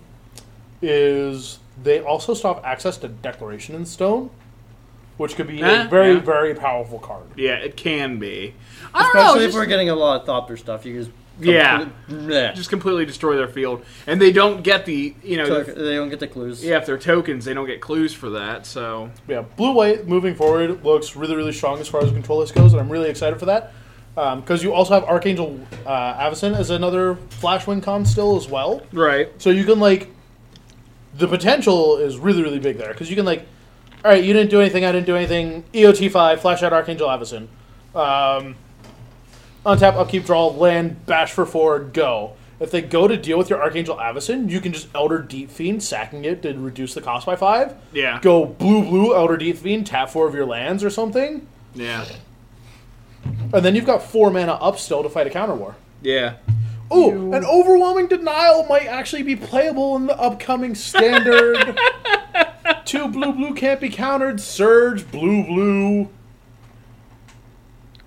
is they also stop access to Declaration in Stone, which could be Yeah, a very yeah. very powerful card. Yeah, it can be. I don't know, Especially if just- we're getting a lot of Thopter stuff. You just Yeah. Bleh. just completely destroy their field, and they don't get the you know So their- they don't get the clues. yeah if they're tokens they don't get clues for that. So Yeah, blue white moving forward looks really really strong as far as control list goes, and I'm really excited for that. Because you also have Archangel uh, Avison as another Flashwind con still as well. right, So you can like, the potential is really really big there because you can like, all right, you didn't do anything, I didn't do anything. EOT five, flash out Archangel Avison, um, untap, upkeep, draw, land, bash for four, go. If they go to deal with your Archangel Avison, you can just Elder Deep Fiend, sacking it to reduce the cost by five. yeah, Go blue blue Elder Deep Fiend, tap four of your lands or something, yeah, and then you've got four mana up still to fight a counter war. yeah. Ooh, an overwhelming denial might actually be playable in the upcoming standard. Two blue blue can't be countered. Surge blue blue.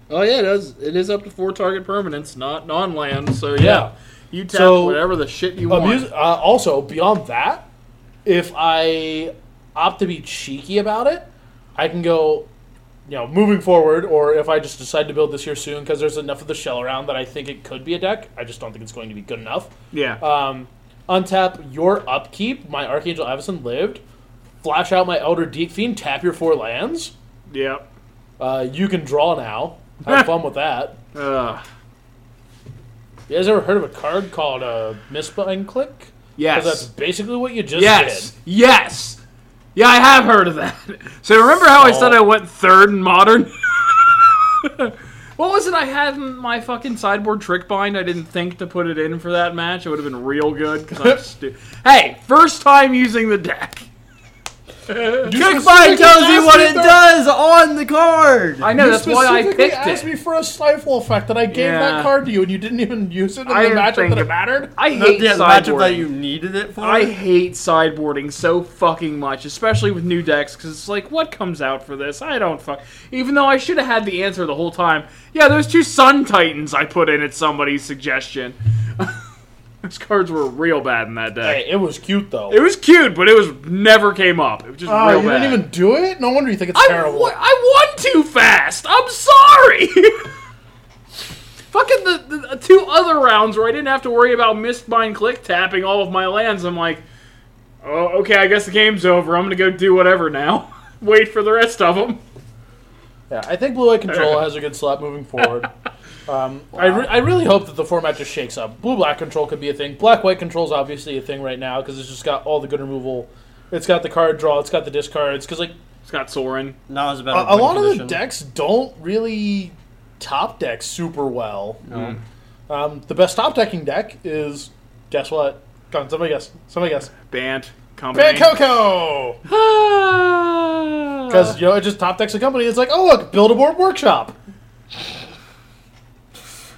Oh yeah, it is. It is up to four target permanents, not non-land. So yeah, Yeah. you tap So, whatever the shit you Uh, want. mus- uh, also, beyond that, if I opt to be cheeky about it, I can go, you know, moving forward, or if I just decide to build this here soon because there's enough of the shell around that I think it could be a deck. I just don't think it's going to be good enough. yeah, Um, untap your upkeep. My Archangel Avison lived. Flash out my Elder Deep Fiend. Tap your four lands. yeah. Uh, you can draw now. <laughs> Have fun with that. Uh, You guys ever heard of a card called uh, Misbind Click? 'Cause that's yes, basically what you just yes, yes. Yeah, I have heard of that. <laughs> So remember how I So- said I went third in modern? <laughs> what was it I had in my fucking sideboard trick bind? I didn't think to put it in for that match. It would have been real good because <laughs> I'm stupid. Hey, first time using the deck. did. You Trick specifically Mind tells you asked what me it for- does on the card. I know You that's why I specifically picked asked it. me for a stifle effect, and I gave Yeah. that card to you, and you didn't even use it in I the didn't matchup think that it about- mattered. I No, hate yeah, the matchup that sideboarding. you needed it for. I hate sideboarding so fucking much, especially with new decks, because it's like, what comes out for this? I don't fuck. Even though I should have had the answer the whole time. Yeah, those two Sun Titans I put in at somebody's suggestion. <laughs> those cards were real bad in that deck. Hey, it was cute though. It was cute, but it was never came up. It was just Oh, real you bad. didn't even do it. No wonder you think it's I, terrible. wa- I won too fast. I'm sorry. <laughs> Fucking the, the, the two other rounds where I didn't have to worry about Mistbind click tapping all of my lands. I'm like, oh, okay, I guess the game's over. I'm gonna go do whatever now. <laughs> Wait for the rest of them. Yeah, I think Blue Eye <laughs> Control has a good slot moving forward. Um, I, re- I really hope that the format just shakes up. Blue Black Control could be a thing. Black White Control is obviously a thing right now because it's just got all the good removal. It's got the card draw. It's got the discards. Because like Scott Soren. Now is a better. a, a win lot of the condition. decks don't really top deck super well. Um, the best top decking deck is guess what? Come on, somebody guess. Somebody guess. Band. Company. <sighs> Van Coco. <sighs> Because you know it just top decks a company. It's like oh look, build a board workshop.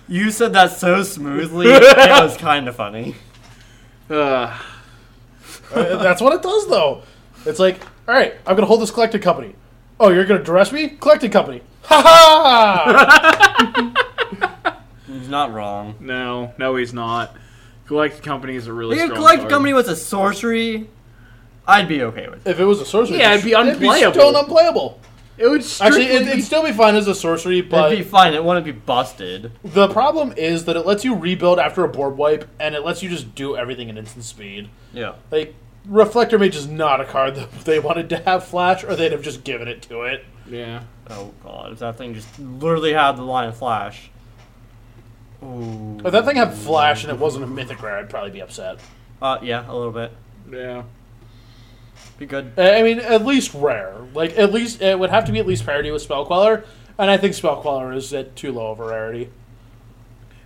You said that so <laughs> smoothly. it was kind of funny. Uh, Uh, That's what it does, though. It's like, all right, I'm gonna hold this collected company. Oh, you're gonna dress me? Collected company. Ha ha! <laughs> He's not wrong. no, no, he's not. Galactic Company is a really If strong Collective card. Company was a sorcery, I'd be okay with it. If it was a sorcery, Yeah, it'd it be sh- unplayable. still unplayable. It would strictly Actually, it, be- it'd still be fine as a sorcery, but It'd be fine. It wouldn't be busted. the problem is that it lets you rebuild after a board wipe, and it lets you just do everything at instant speed. Yeah. Like Reflector Mage is not a card that <laughs> they wanted to have flash, or they'd have just given it to it. yeah. Oh god, if that thing just literally had the line of flash. Ooh. If that thing had flash and it wasn't a mythic rare, I'd probably be upset. Uh, yeah, a little bit. Yeah. Be good. Uh, I I mean, at least rare. Like at least it would have to be at least parity with Spellqueller, and I think Spellqueller is at too low of a rarity.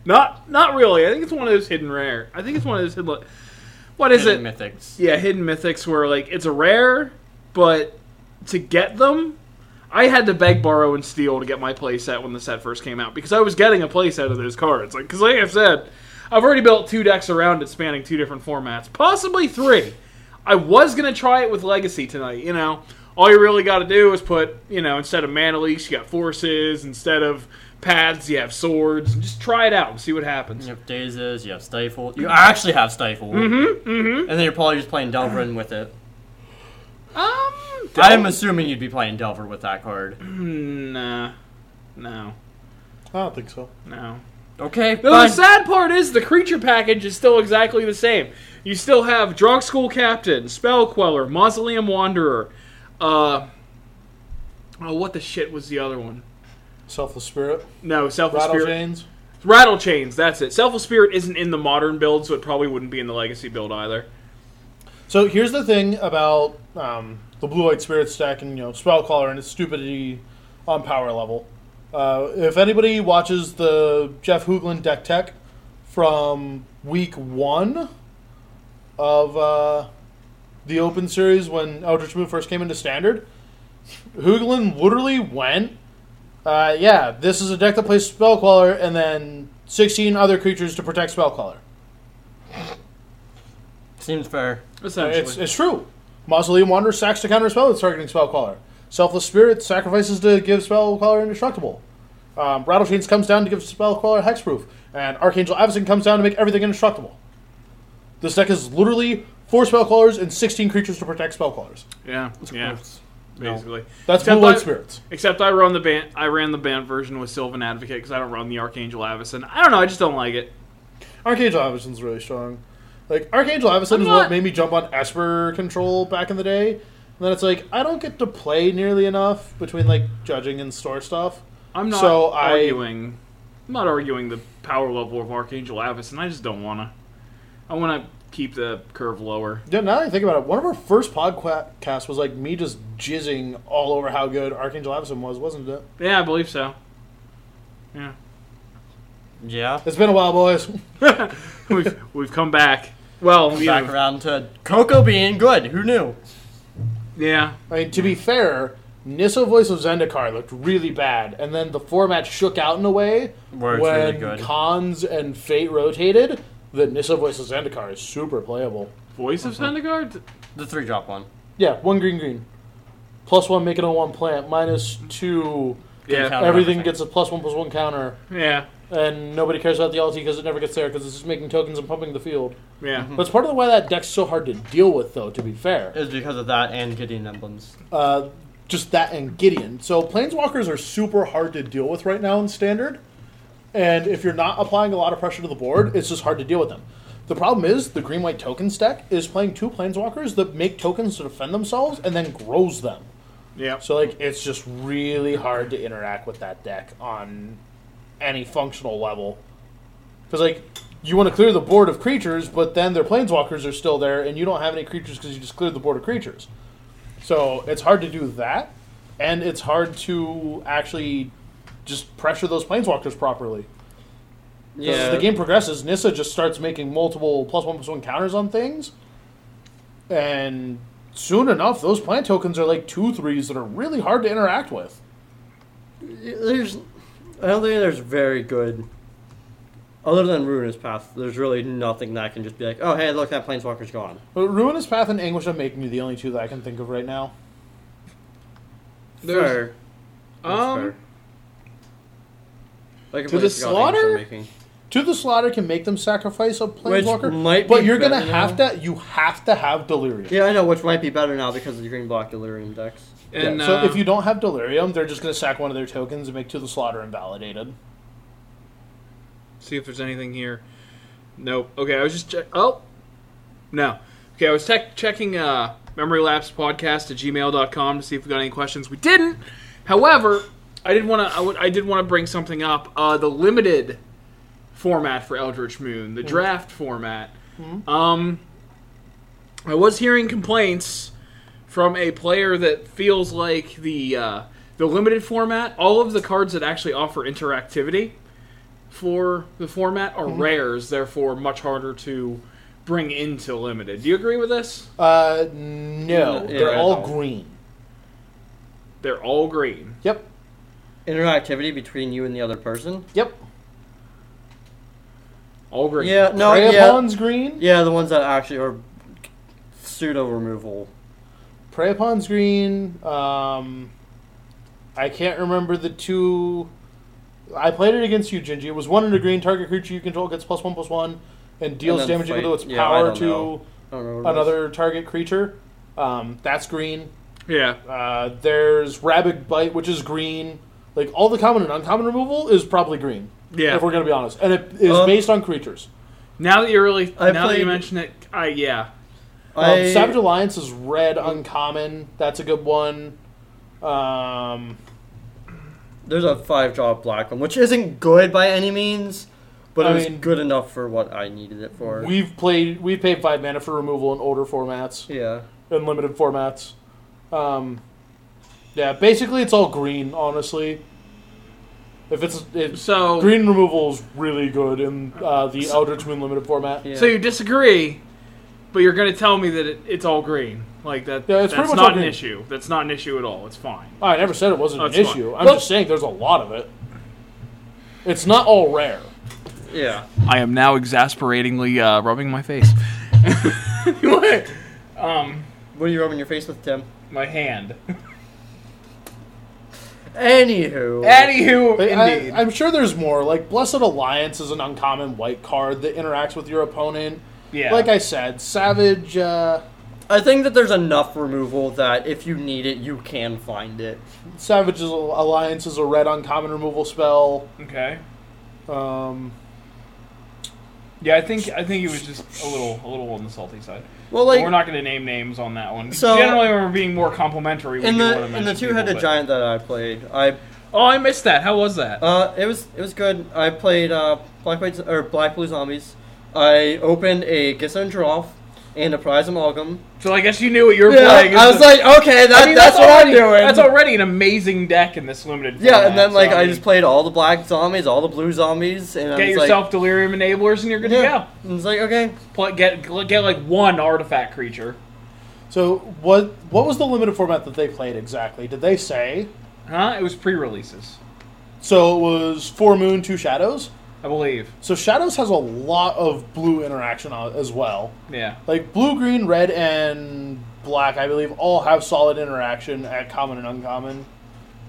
Not not really. I think it's one of those hidden rare. I think it's one of those hidden. What is it? Hidden mythics? Yeah, hidden mythics where like it's a rare, but to get them, I had to beg, borrow, and steal to get my playset when the set first came out because I was getting a playset of those cards. Like because like I've said, I've already built two decks around it, spanning two different formats, possibly three. I was gonna try it with Legacy tonight. You know, all you really got to do is put you know instead of mana leaks, you got forces. Instead of paths, you have swords. And just try it out and see what happens. You have dazes. You have stifle. You actually have stifle. Mm-hmm. Mm-hmm. And then you're probably just playing Delverin with it. Um, I'm assuming you'd be playing Delver with that card. nah, no, I don't think so. no. Okay, No, the fine. sad part is the creature package is still exactly the same. You still have Drunk School Captain, Spell Queller, Mausoleum Wanderer. Uh, oh, what the shit was the other one? Selfless Spirit, No, Selfless Rattle Spirit. Chains. Rattle Chains, that's it. Selfless Spirit isn't in the modern build, so it probably wouldn't be in the Legacy build either. So here's the thing about um, the Blue White Spirit stack and you know Spellcaller and its stupidity on power level. Uh, if anybody watches the Jeff Hooglin deck tech from week one of uh, the Open Series when Eldritch Moon first came into Standard, Hooglin literally went, uh, "Yeah, this is a deck that plays Spellcaller and then 16 other creatures to protect Spellcaller." Seems fair. Essentially. It's, it's true. Mausoleum Wanderer sacks to counter spell that's targeting Spellcaller. Selfless Spirit sacrifices to give Spellcaller indestructible. Um, Rattle Chains comes down to give Spellcaller hexproof. And Archangel Avison comes down to make everything indestructible. This deck is literally four Spellcallers and 16 creatures to protect Spellcallers. yeah, yeah, basically. That's Except Blue White I- Spirits. Except I run the ban- I ran the banned version with Sylvan Advocate because I don't run the Archangel Avison. I don't know. I just don't like it. Archangel Avison's really strong. Like, Archangel Avison I'm is not- what made me jump on Esper control back in the day. And then it's like, I don't get to play nearly enough between, like, judging and store stuff. I'm not So I- arguing. I, am not arguing the power level of Archangel Avison. I just don't wanna. I wanna keep the curve lower. Yeah, now that I think about it, one of our first podcasts was like me just jizzing all over how good Archangel Avison was, wasn't it? Yeah, I believe so. Yeah, <laughs> Yeah. It's been a while, boys. <laughs> we've we've come back. Well, you Back know, around to Coco being good. Who knew? yeah, I mean, to Mm. be fair, Nissa Voice of Zendikar looked really bad, and then the format shook out in a way Where it's really when good. cons and fate rotated that Nissa Voice of Zendikar is super playable. voice Uh-huh. of Sendegard. The three drop one. Yeah, one green green. Plus one, make it on one plant. Minus two, Yeah, Counter everything everything. gets a plus one plus one counter, yeah, and nobody cares about the LT because it never gets there because it's just making tokens and pumping the field. yeah. That's part of the why that deck's so hard to deal with, though. To be fair, Is because of that and Gideon emblems. uh, just that and Gideon. So planeswalkers are super hard to deal with right now in standard, and if you're not applying a lot of pressure to the board, it's just hard to deal with them. The problem is the green white tokens deck is playing two planeswalkers that make tokens to defend themselves and then grows them. Yeah. So like it's just really hard to interact with that deck on any functional level. Because like you want to clear the board of creatures, but then their planeswalkers are still there, and you don't have any creatures because you just cleared the board of creatures. So it's hard to do that, and it's hard to actually just pressure those planeswalkers properly. 'Cause As the game progresses, Nissa just starts making multiple plus one plus one counters on things, and soon enough, those plant tokens are like two threes that are really hard to interact with. There's, I don't think there's very good. Other than Ruinous Path, there's really nothing that can just be like, oh hey, look that planeswalker's gone. But Ruinous Path and Anguish of Making You the only two that I can think of right now. There's- fair. That's um, fair. Like to the slaughter? To the slaughter can make them sacrifice a Which planeswalker, might but be you're gonna better have now. to. You have to have delirium. Yeah, I know, which might be better now because of the green block delirium decks. And Yeah, so uh, if you don't have delirium, they're just gonna sack one of their tokens and make to the slaughter invalidated. see if there's anything here. Nope. Okay, I was just check. Oh, no. Okay, I was tech checking uh, memory lapse podcast at gmail.com to see if we got any questions. We didn't. However, I did want to. I would- I did want to bring something up. Uh, the limited format for Eldritch Moon, the draft format. Um, I was hearing complaints from a player that feels like the uh, the limited format, all of the cards that actually offer interactivity for the format are Mm-hmm. rares, therefore much harder to bring into limited. Do you agree with this? Uh, no, Yeah, they're yeah, all no. green. They're all green. Yep, Interactivity between you and the other person. yep. All green. Yeah, no, yeah, Preyupon's green. yeah, the ones that actually are pseudo removal. Prey upon's green. Um, I can't remember the two. I played it against you, Gingy. It was one in a green target creature you control gets plus one plus one, and deals then damage equal to fight. its Yeah, I power don't to know. I don't remember. what it was. another target creature. Um, that's green. Yeah. Uh, there's rabid bite, which is green. Like all the common and uncommon removal is probably green. Yeah. if we're gonna be honest, and it is Um, based on creatures. Now that you're really I now that you played- mention it, I yeah. Um, I- Savage Alliance is red uncommon. That's a good one. Um, There's a five drop black one, which isn't good by any means, but I it was mean- good enough for what I needed it for. We've played. We've paid five mana for removal in older formats, yeah. in limited formats. Um, yeah, basically it's all green. Honestly, if it's it, So green removal is really good in uh, the Eldritch Moon limited format. Yeah. so you disagree, but you're going to tell me that it, it's all green. Like that. Yeah, it's that's pretty much all not an green. issue. That's not an issue at all. It's fine. I never said it wasn't an That's fine. issue. I'm Well- just saying there's a lot of it. It's not all rare. Yeah. I am now exasperatingly uh, rubbing my <laughs> <laughs> face. What? um, What are you rubbing your face with, Tim? my hand. Anywho. Anywho, But indeed. I, I'm sure there's more. Like Blessed Alliance is an uncommon white card that interacts with your opponent. yeah. Like I said, Savage. Uh, I think that there's enough removal that if you need it, you can find it. Savage's Alliance is a red uncommon removal spell. okay. Um, Yeah, I think I think he was just a little a little on the salty side. Well, like we're not going to name names on that one. So- Generally, when we're being more complimentary, we in do the wanna in the mention two headed people, but- giant that I played, I Oh, I missed that. How was that? Uh, it was it was good. I played uh, black white or black blue zombies. I opened a Gison Giraffe and a Prize Amalgam. so I guess you knew what you were playing. I was like, okay, that, I mean, that's, what already, I'm doing. That's already an amazing deck in this limited. <laughs> yeah, and format, then so, like I mean, just played all the black zombies, all the blue zombies, and I get was yourself delirium enablers, and you're like, good yeah. to And It's like okay, go. Pl- get get like one artifact creature, so what? What was the limited format that they played exactly? Did they say? huh? It was pre-releases, So it was four moon, two shadows. I believe. So shadows has a lot of blue interaction on- as well. Yeah. Like blue, green, red, and black, I believe, all have solid interaction at common and uncommon.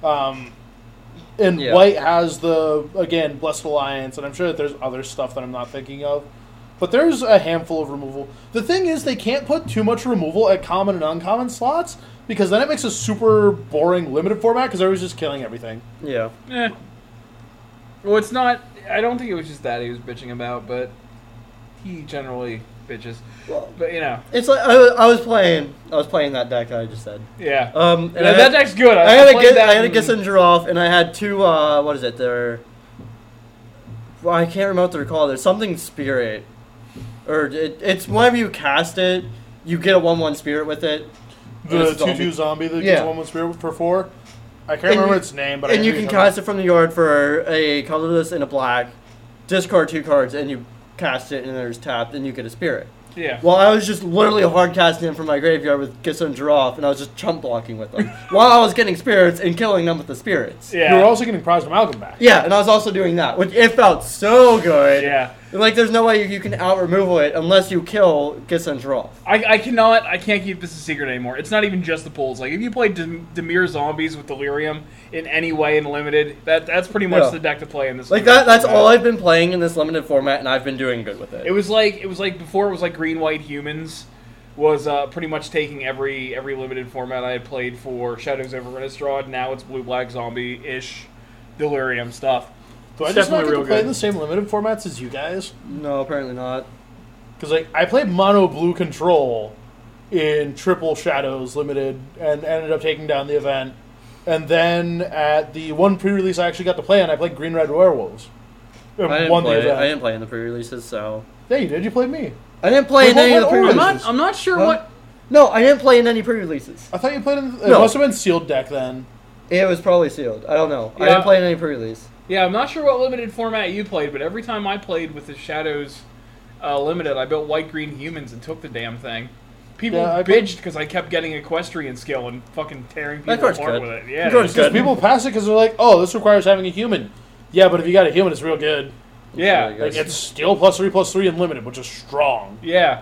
Um, and Yeah. white has the again blessed alliance, and I'm sure that there's other stuff that I'm not thinking of. But there's a handful of removal. The thing is, they can't put too much removal at common and uncommon slots because then it makes a super boring limited format because everyone's just killing everything. yeah. Eh. Well, it's not. I don't think it was just that he was bitching about, but he generally bitches. But you know, It's like I, I was playing I was playing that deck that I just said. yeah. Um, and Yeah, I that had- deck's good. I, I had a played Gis- that I had a in- Gison Giraffe, and I had two. Uh, what is it? They're well, I can't remember what they're called. There's something spirit, or it, it's whenever you cast it, you get a one-one spirit with it, The It's a zombie. two-two zombie that Yeah. gets one with spirit for four. I can't And remember you- its name, but I and you do can remember- cast it from the yard for a colorless and a black. Discard two cards, and you cast it, and there's tapped, and you get a spirit. Yeah. Well, I was just literally hard casting him from my graveyard with Gison Giraffe, and I was just chump blocking with them while I was getting spirits and killing them with the spirits. yeah. You were also getting prized amalgam back. Yeah, and I was also doing that, which it felt so good. yeah. Like, there's no way you can out removal it unless you kill Gisens Roth. I, I cannot. I can't keep this a secret anymore. It's not even just the pulls. Like if you play Dem- Demir Zombies with Delirium in any way in limited, that that's pretty much Yeah. the deck to play in this. Like limited that. That's format. all I've been playing in this limited format, and I've been doing good with it. It was like it was like before. It was like Green White Humans was uh, pretty much taking every every limited format I had played for Shadows over Innistrad. Now it's Blue Black Zombie ish Delirium stuff. Do I It's just not get definitely to real play good. in the same limited formats as you guys? no, apparently not. Because like I played mono blue control in triple shadows limited and ended up taking down the event. And then at the one pre-release I actually got to play, and I played green red werewolves. And I didn't won the play. event. I didn't play in the pre-releases, so Yeah, you did. You played me. I didn't play Wait, in what- any of the what order? I'm pre-releases. not. I'm not sure Huh? what. No, I didn't play in any pre-releases. I thought you played in. The, It No. must have been sealed deck then. It was probably sealed. I don't know. I Yeah. didn't play in any pre-release. Yeah, I'm not sure what limited format you played, but every time I played with the Shadows uh, limited, I built White Green Humans and took the damn thing. People Yeah, I played- bitched because I kept getting Equestrian skill and fucking tearing That people card's apart good. with it. Yeah, That card's Because Good. people pass it because they're like, "Oh, this requires having a human." Yeah, but if you got a human, it's real good. yeah, really good. Like it's still plus three plus three and limited, which is strong. Yeah.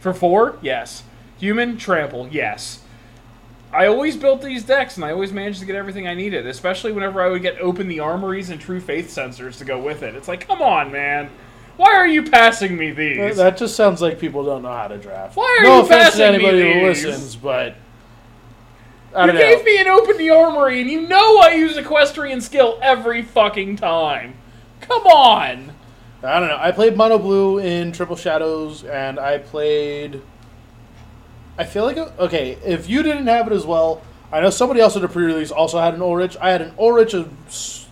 For four, yes. Human, trample, yes. I always built these decks and I always managed to get everything I needed, especially whenever I would get open the armories and true faith sensors to go with it. It's like, come on, man. Why are you passing me That- these? That just sounds like people don't know how to draft. Why are no you offense to passing me anybody who these? listens, but I you don't gave know. me an open the armory and you know I use equestrian skill every fucking time. Come on. I don't know. I played mono blue in Triple Shadows, and I played. I feel like it- okay. If you didn't have it as well, I know somebody else at a pre-release also had an Ulrich. I had an Ulrich, a s-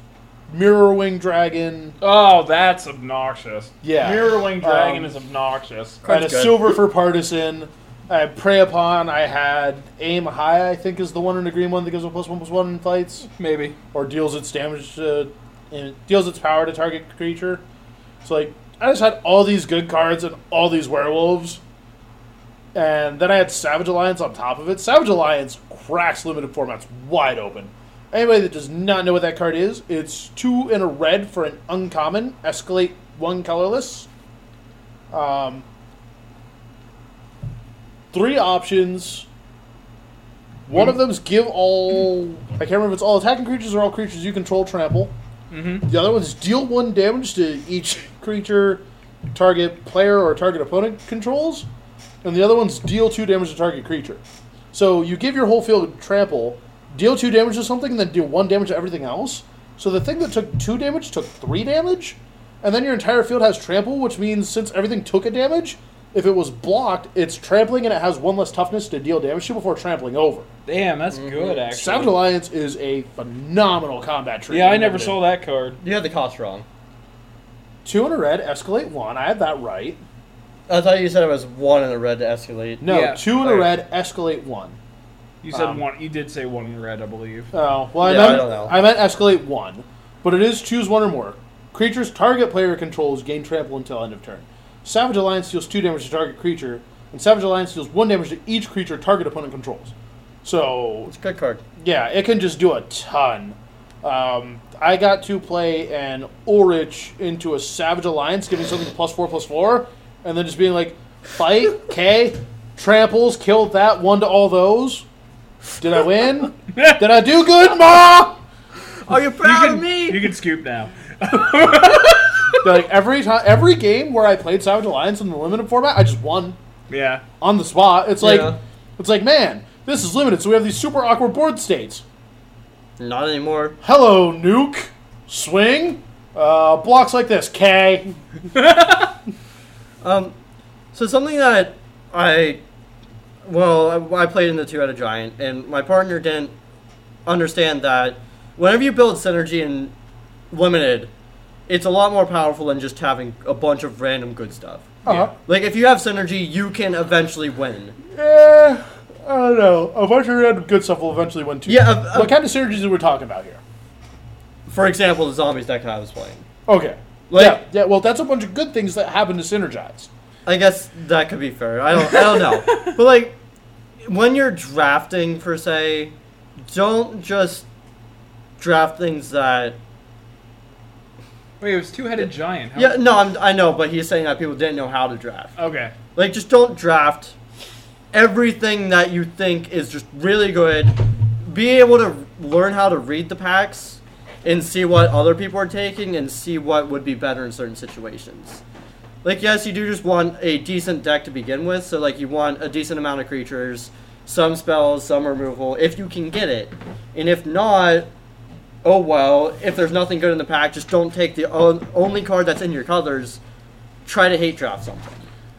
Mirror Wing Dragon, Oh, that's obnoxious. Yeah. Mirrorwing Dragon Um, is obnoxious. I had a That's good. Silver for Partisan. I had Prey Upon. I had Aim High. I think is the one in the green one that gives a plus one plus one in fights. Maybe. or deals its damage to and deals its power to target creature. So like I just had all these good cards and all these werewolves. And then I had Savage Alliance on top of it. Savage Alliance cracks limited formats wide open. Anybody that does not know what that card is, it's two in a red for an uncommon, escalate one colorless. Um, three options. One of them's give all. I can't remember if it's all attacking creatures or all creatures you control trample. Mm-hmm. The other one's deal one damage to each creature target player or target opponent controls. And the other one's deal two damage to target creature. So you give your whole field trample, deal two damage to something, and then deal one damage to everything else. So the thing that took two damage took three damage. And then your entire field has trample, which means since everything took a damage, if it was blocked, it's trampling and it has one less toughness to deal damage to before trampling over. Damn, that's good, actually. Savage Alliance is Mm-hmm. a phenomenal combat tree. Yeah, I never saw that card. You had the cost wrong. Two in a red, escalate one. I had that right. I thought you said it was one in the red to escalate. No, Yeah, two in a right. red, escalate one. You said Um, one. You did say one in red, I believe. Oh, well, I, Yeah, meant, I, I don't know. meant escalate one, but it is choose one or more. Creatures target player controls gain trample until end of turn. Savage Alliance deals two damage to target creature, and Savage Alliance deals one damage to each creature target opponent controls. So It's a good card. Yeah, it can just do a ton. Um, I got to play an Ulrich into a Savage Alliance, giving something plus four, plus four, and then just being like, fight, K, tramples, killed that, one to all those. Did I win? Did I do good, Ma? Are you you, proud can, you can scoop now. <laughs> Like every time, every game where I played Savage Alliance in the limited format, I just won Yeah. on the spot. It's like, Yeah. it's like, man, this is limited, so we have these super awkward board states. Not anymore. Hello, Nuke. Swing. Uh, blocks like this, K. Um, so something that I, well, I, I played in the two-headed giant, and my partner didn't understand that whenever you build synergy in limited, it's a lot more powerful than just having a bunch of random good stuff. Uh-huh. Like if you have synergy, you can eventually win. Eh, I don't know. A bunch of random good stuff will eventually win too. Yeah, uh, uh, what kind of synergies are we talking about here? For example, the zombies deck I was playing. Okay. Like- yeah, yeah. Well, that's a bunch of good things that happen to synergize. I guess that could be fair. I don't I don't know. but like when you're drafting per se, don't just draft things that Wait, it was two-headed giant. How- Yeah, no, I'm, I know, but he's saying that people didn't know how to draft. Okay. Like, just don't draft everything that you think is just really good. Be able to learn how to read the packs and see what other people are taking and see what would be better in certain situations. Like, yes, you do just want a decent deck to begin with, so, like, you want a decent amount of creatures, some spells, some removal, if you can get it. And if not, oh well, if there's nothing good in the pack, just don't take the on- only card that's in your colors. Try to hate draft something.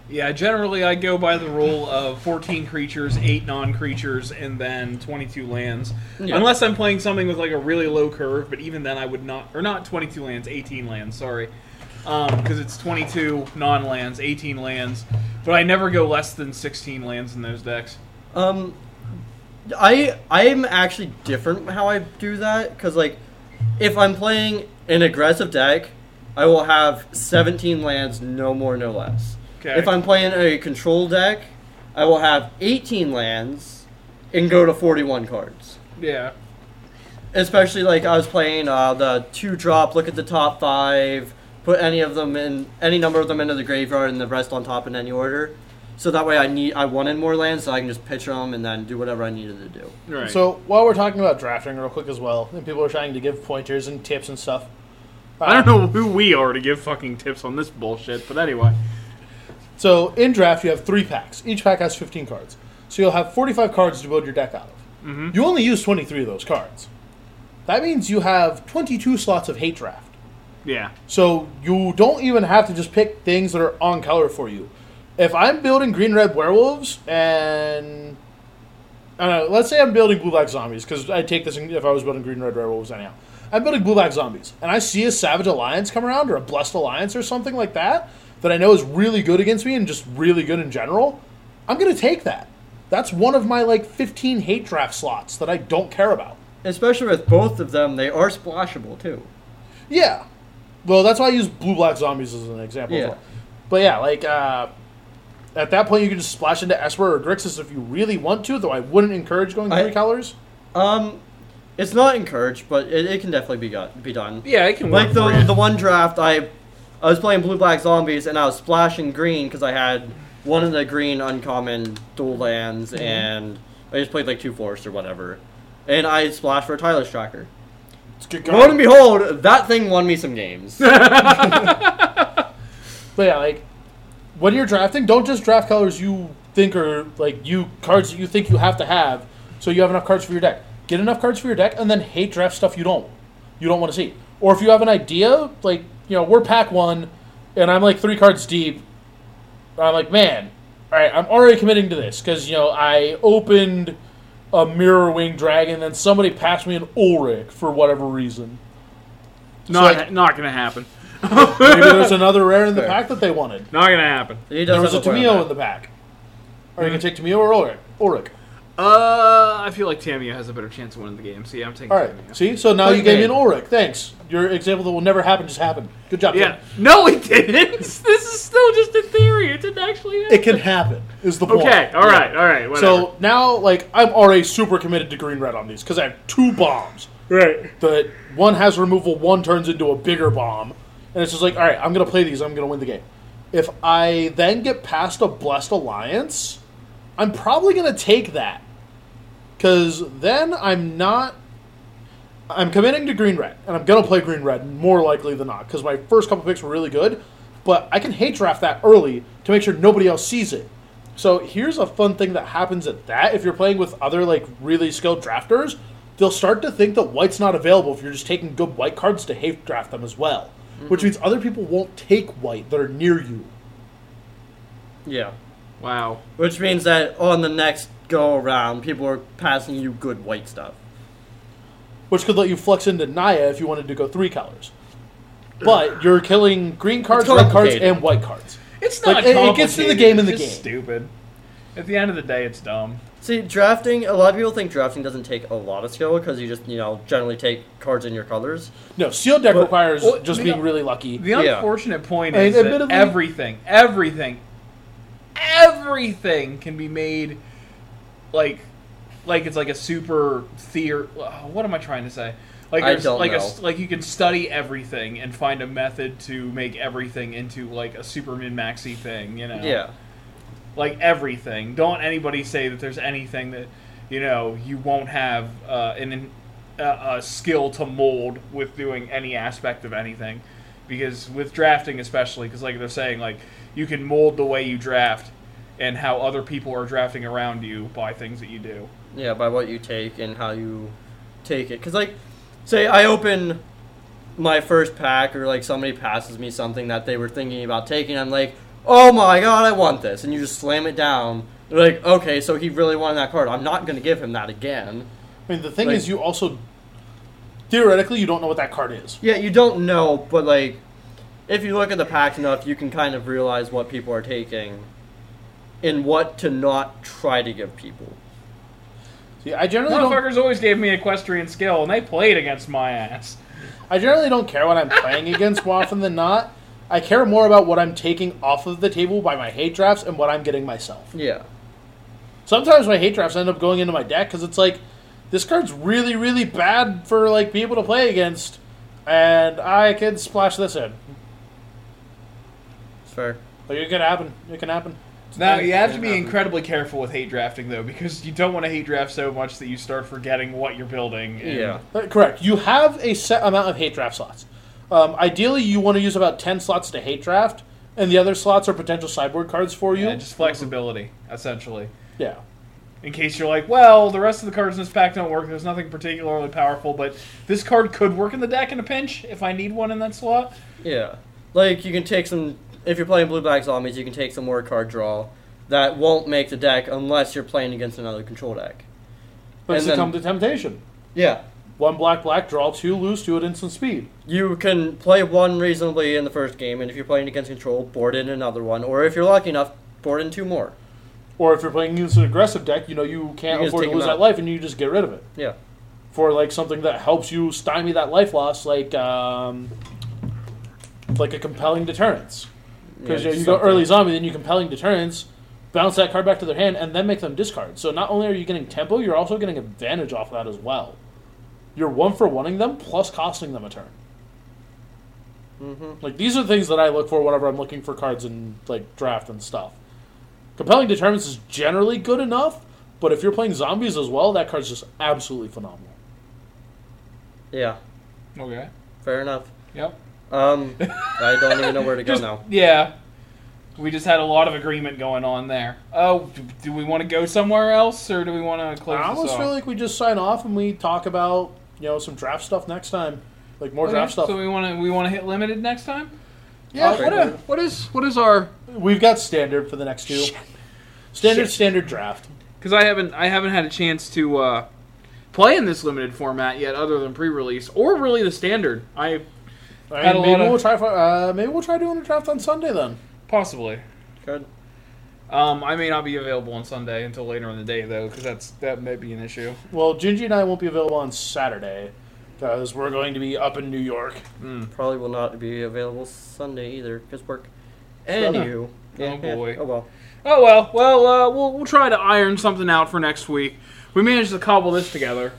Yeah, generally I go by the rule of 14 creatures, 8 non creatures, and then 22 lands. Yeah. Unless I'm playing something with like a really low curve, but even then I would not, or not 22 lands, 18 lands, sorry. Because it's 22 non lands, 18 lands, but I never go less than 16 lands in those decks. Um, I I'm actually different how I do that because like, if I'm playing an aggressive deck, I will have 17 lands, no more, no less. 'Kay. If I'm playing a control deck, I will have 18 lands and go to 41 cards. Yeah. Especially like I was playing uh, the two drop, look at the top five, put any of them in any number of them into the graveyard, and the rest on top in any order. So that way, I need I wanted more lands, so I can just pitch them and then do whatever I needed to do. Right. So while we're talking about drafting, real quick as well, and people are trying to give pointers and tips and stuff. I don't know who we are to give fucking tips on this bullshit, but anyway. So in draft, you have three packs. Each pack has 15 cards. So you'll have 45 cards to build your deck out of. You only use 23 of those cards. That means you have 22 slots of hate draft. Yeah. So you don't even have to just pick things that are on color for you. If I'm building green red werewolves and I don't know, let's say I'm building blue black zombies because I'd take this if I was building green red werewolves anyhow. I'm building blue black zombies and I see a savage alliance come around or a blessed alliance or something like that that I know is really good against me and just really good in general. I'm gonna take that. That's one of my like 15 hate draft slots that I don't care about. Especially with both of them, they are splashable too. Yeah. Well, that's why I use blue black zombies as an example. as Yeah. well. But yeah, like uh, at that point, you can just splash into Esper or Grixis if you really want to. Though I wouldn't encourage going I- three colors. Um, it's not encouraged, but it, it can definitely be got, be done. Yeah, it can work. Like the for you. the one draft, I I was playing blue black zombies and I was splashing green because I had one of the green uncommon dual lands Mm-hmm. and I just played like two forests or whatever, and I splashed for a Tyler's tracker. It's good Lo and behold, that thing won me <laughs> some games. But yeah, like when you're drafting, don't just draft colors you think are like you cards that you think you have to have, so you have enough cards for your deck. Get enough cards for your deck, and then hate draft stuff you don't you don't want to see. Or if you have an idea, like you know we're pack one, and I'm like three cards deep, and I'm like man, all right, I'm already committing to this because you know I opened a mirror wing dragon, then somebody passed me an Ulrich for whatever reason. not, like- not gonna <laughs> happen. Maybe there's another rare in the Fair. pack that they wanted. Not gonna happen. He There does was a have point on Tamio that. in the pack. Are you gonna take Tamio or Ulrich? Ulrich. Uh, I feel like Tamio has a better chance of winning the game. So yeah, I'm taking All right. Tamiya. See, so now Play you gave me an game. Ulrich. Thanks. Your example that will never happen just happened. Good job. Yeah. Tim. No, it didn't. <laughs> This is still just a theory. It didn't actually. Happen. It can happen. Is the point. Okay. All right. All right. Whatever. So now, like, I'm already super committed to green red on these because I have two bombs. right. That one has removal, one turns into a bigger bomb, and it's just like, all right, I'm gonna play these. I'm gonna win the game. If I then get past a blessed alliance, I'm probably gonna take that because then I'm not. I'm committing to green red, and I'm gonna play green red more likely than not because my first couple picks were really good, but I can hate draft that early to make sure nobody else sees it. So here's a fun thing that happens at that: if you're playing with other like really skilled drafters, they'll start to think that white's not available if you're just taking good white cards to hate draft them as well, Mm-hmm. which means other people won't take white that are near you. Yeah. Wow. Which means that on the next go around, people are passing you good white stuff. which could let you flex into Naya if you wanted to go three colors. But you're killing green cards, It's red cards, complicated. and white cards. It's Like, not. it- it gets to the complicated. game in the It's just game. Stupid. At the end of the day, it's dumb. See, drafting, a lot of people think drafting doesn't take a lot of skill because you just, you know, generally take cards in your colors. No, sealed deck Well- requires well, just the- being really lucky. The Yeah. unfortunate point And is that admittedly- everything, everything, everything can be made like, like it's like a super theor. What uh, am I trying to say? Like I there's don't like a know. s like you can study everything and find a method to make everything into like a super min maxi thing, you know. Yeah. Like everything. Don't anybody say that there's anything that you know you won't have uh, an in- a, a skill to mold with doing any aspect of anything, because with drafting especially, because like they're saying like you can mold the way you draft and how other people are drafting around you by things that you do. Yeah, by what you take and how you take it. Because, like, say I open my first pack or, like, somebody passes me something that they were thinking about taking. I'm like, oh my god, I want this. And you just slam it down. You're like, okay, so he really wanted that card. I'm not going to give him that again. I mean, the thing Like- is, you also theoretically you don't know what that card is. Yeah, you don't know, but, like, if you look at the packs enough, you can kind of realize what people are taking and what to not try to give people. See, I generally don't. Motherfuckers always gave me equestrian skill, and they played against my ass. I generally don't care what I'm playing against more often than not. I care more about what I'm taking off of the table by my hate drafts and what I'm getting myself. Yeah. Sometimes my hate drafts end up going into my deck because it's like, this card's really, really bad for like people to play against, and I can splash this in. It's fair. Like it could happen. It can happen. Now you have to It be happens. incredibly careful with hate drafting, though, because you don't want to hate draft so much that you start forgetting what you're building. and- Yeah. Uh, Correct. You have a set amount of hate draft slots. Um, ideally, you want to use about ten slots to hate draft, and the other slots are potential sideboard cards for you. and just flexibility, essentially. yeah. In case you're like, well, the rest of the cards in this pack don't work. There's nothing particularly powerful, but this card could work in the deck in a pinch if I need one in that slot. Yeah. Like you can take some if you're playing blue black zombies, you can take some more card draw that won't make the deck unless you're playing against another control deck. But And then- succumb to temptation. Yeah. One black, black, draw two, lose two at instant speed. You can play one reasonably in the first game, and if you're playing against control, board in another one, or if you're lucky enough, board in two more. Or if you're playing against an aggressive deck, you know you You can can't just afford take to them lose that out. life, and you just get rid of it Yeah. for like something that helps you stymie that life loss, like um, like a compelling deterrence. Because Yeah, you, go something. early zombie, then you compelling deterrence, bounce that card back to their hand, and then make them discard. So not only are you getting tempo, you're also getting advantage off that as well. You're one for oneing them plus costing them a turn. Mm-hmm. Like these are things that I look for whenever I'm looking for cards in like draft and stuff. Compelling deterrence is generally good enough, but if you're playing zombies as well, that card's just absolutely phenomenal. Yeah. Okay. Fair enough. Yep. Um, I don't even know where to go Just- now. Yeah. We just had a lot of agreement going on there. Oh, d- do we want to go somewhere else, or do we want to close I this almost off? feel like we just sign off and we talk about you know some draft stuff next time, like more Okay, draft stuff. So we want to we want to hit limited next time. Yeah, what a- what is what is our? We've got standard for the next two. Standard, Shit. standard draft. Because I haven't I haven't had a chance to uh, play in this limited format yet, other than pre-release or really the standard. I I Had a mean, maybe lot of- we'll try. For, uh, maybe we'll try doing a draft on Sunday then. possibly. Good. Um, I may not be available on Sunday until later in the day though, because that's that may be an issue. Well, Gingy and I won't be available on Saturday because we're going to be up in New York. Probably will not be available Sunday either, because work. Anywho. Yeah, yeah. boy. Oh well. Oh well, well uh, we'll we'll try to iron something out for next week. We managed to cobble this together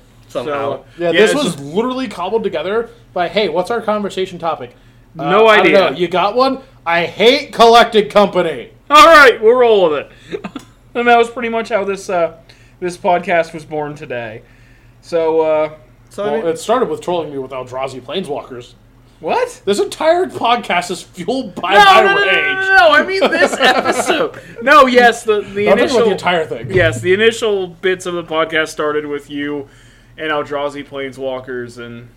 So, Somehow. Yeah, this it's- was literally cobbled together by hey, what's our conversation topic? Uh, No I don't idea. know. You got one? I hate collected company. All right, we'll roll with it. <laughs> and that was pretty much how this uh, this podcast was born today. So uh, So I Well, mean, it started with trolling me with Eldrazi planeswalkers. what? This entire podcast is fueled by No, my no, no, no, rage. no, no, no, I mean this episode. No, yes, the the Nothing about initial the entire thing. yes, the initial bits of the podcast started with you and Eldrazi planeswalkers and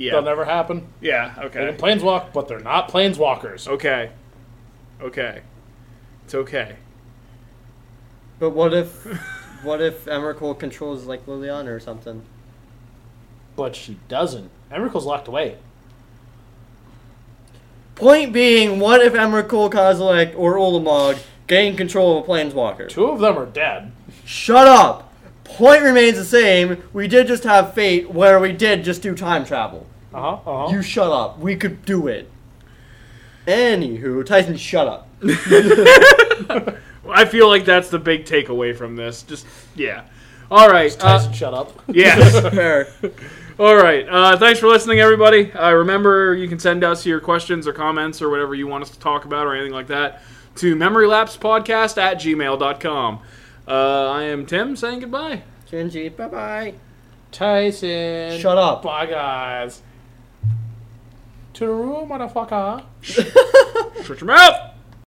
yeah, That'll never happen. yeah, They okay, can planeswalk, but they're not planeswalkers. okay, okay, it's okay. but what if, <laughs> what if Emrakul controls like Liliana or something? But she doesn't. Emrakul's locked away. Point being, what if Emrakul, Kozilek, or Ulamog gain control of a planeswalker? Two of them are dead. Shut up! Point remains the same. We did just have fate where we did just do time travel. Uh huh. Uh huh. You shut up. We could do it. Anywho, Tyson, shut up. I feel like that's the big takeaway from this. Just yeah, all right, uh, <laughs> Tyson, shut up. yes. <laughs> Fair. All right. Uh, thanks for listening, everybody. Uh, remember, you can send us your questions or comments or whatever you want us to talk about or anything like that to memorylapsepodcast at gmail.com. Uh, I am Tim saying goodbye. Genji, bye bye. Tyson. Shut <laughs> up. Bye, guys. To the room, motherfucker. Shut your mouth!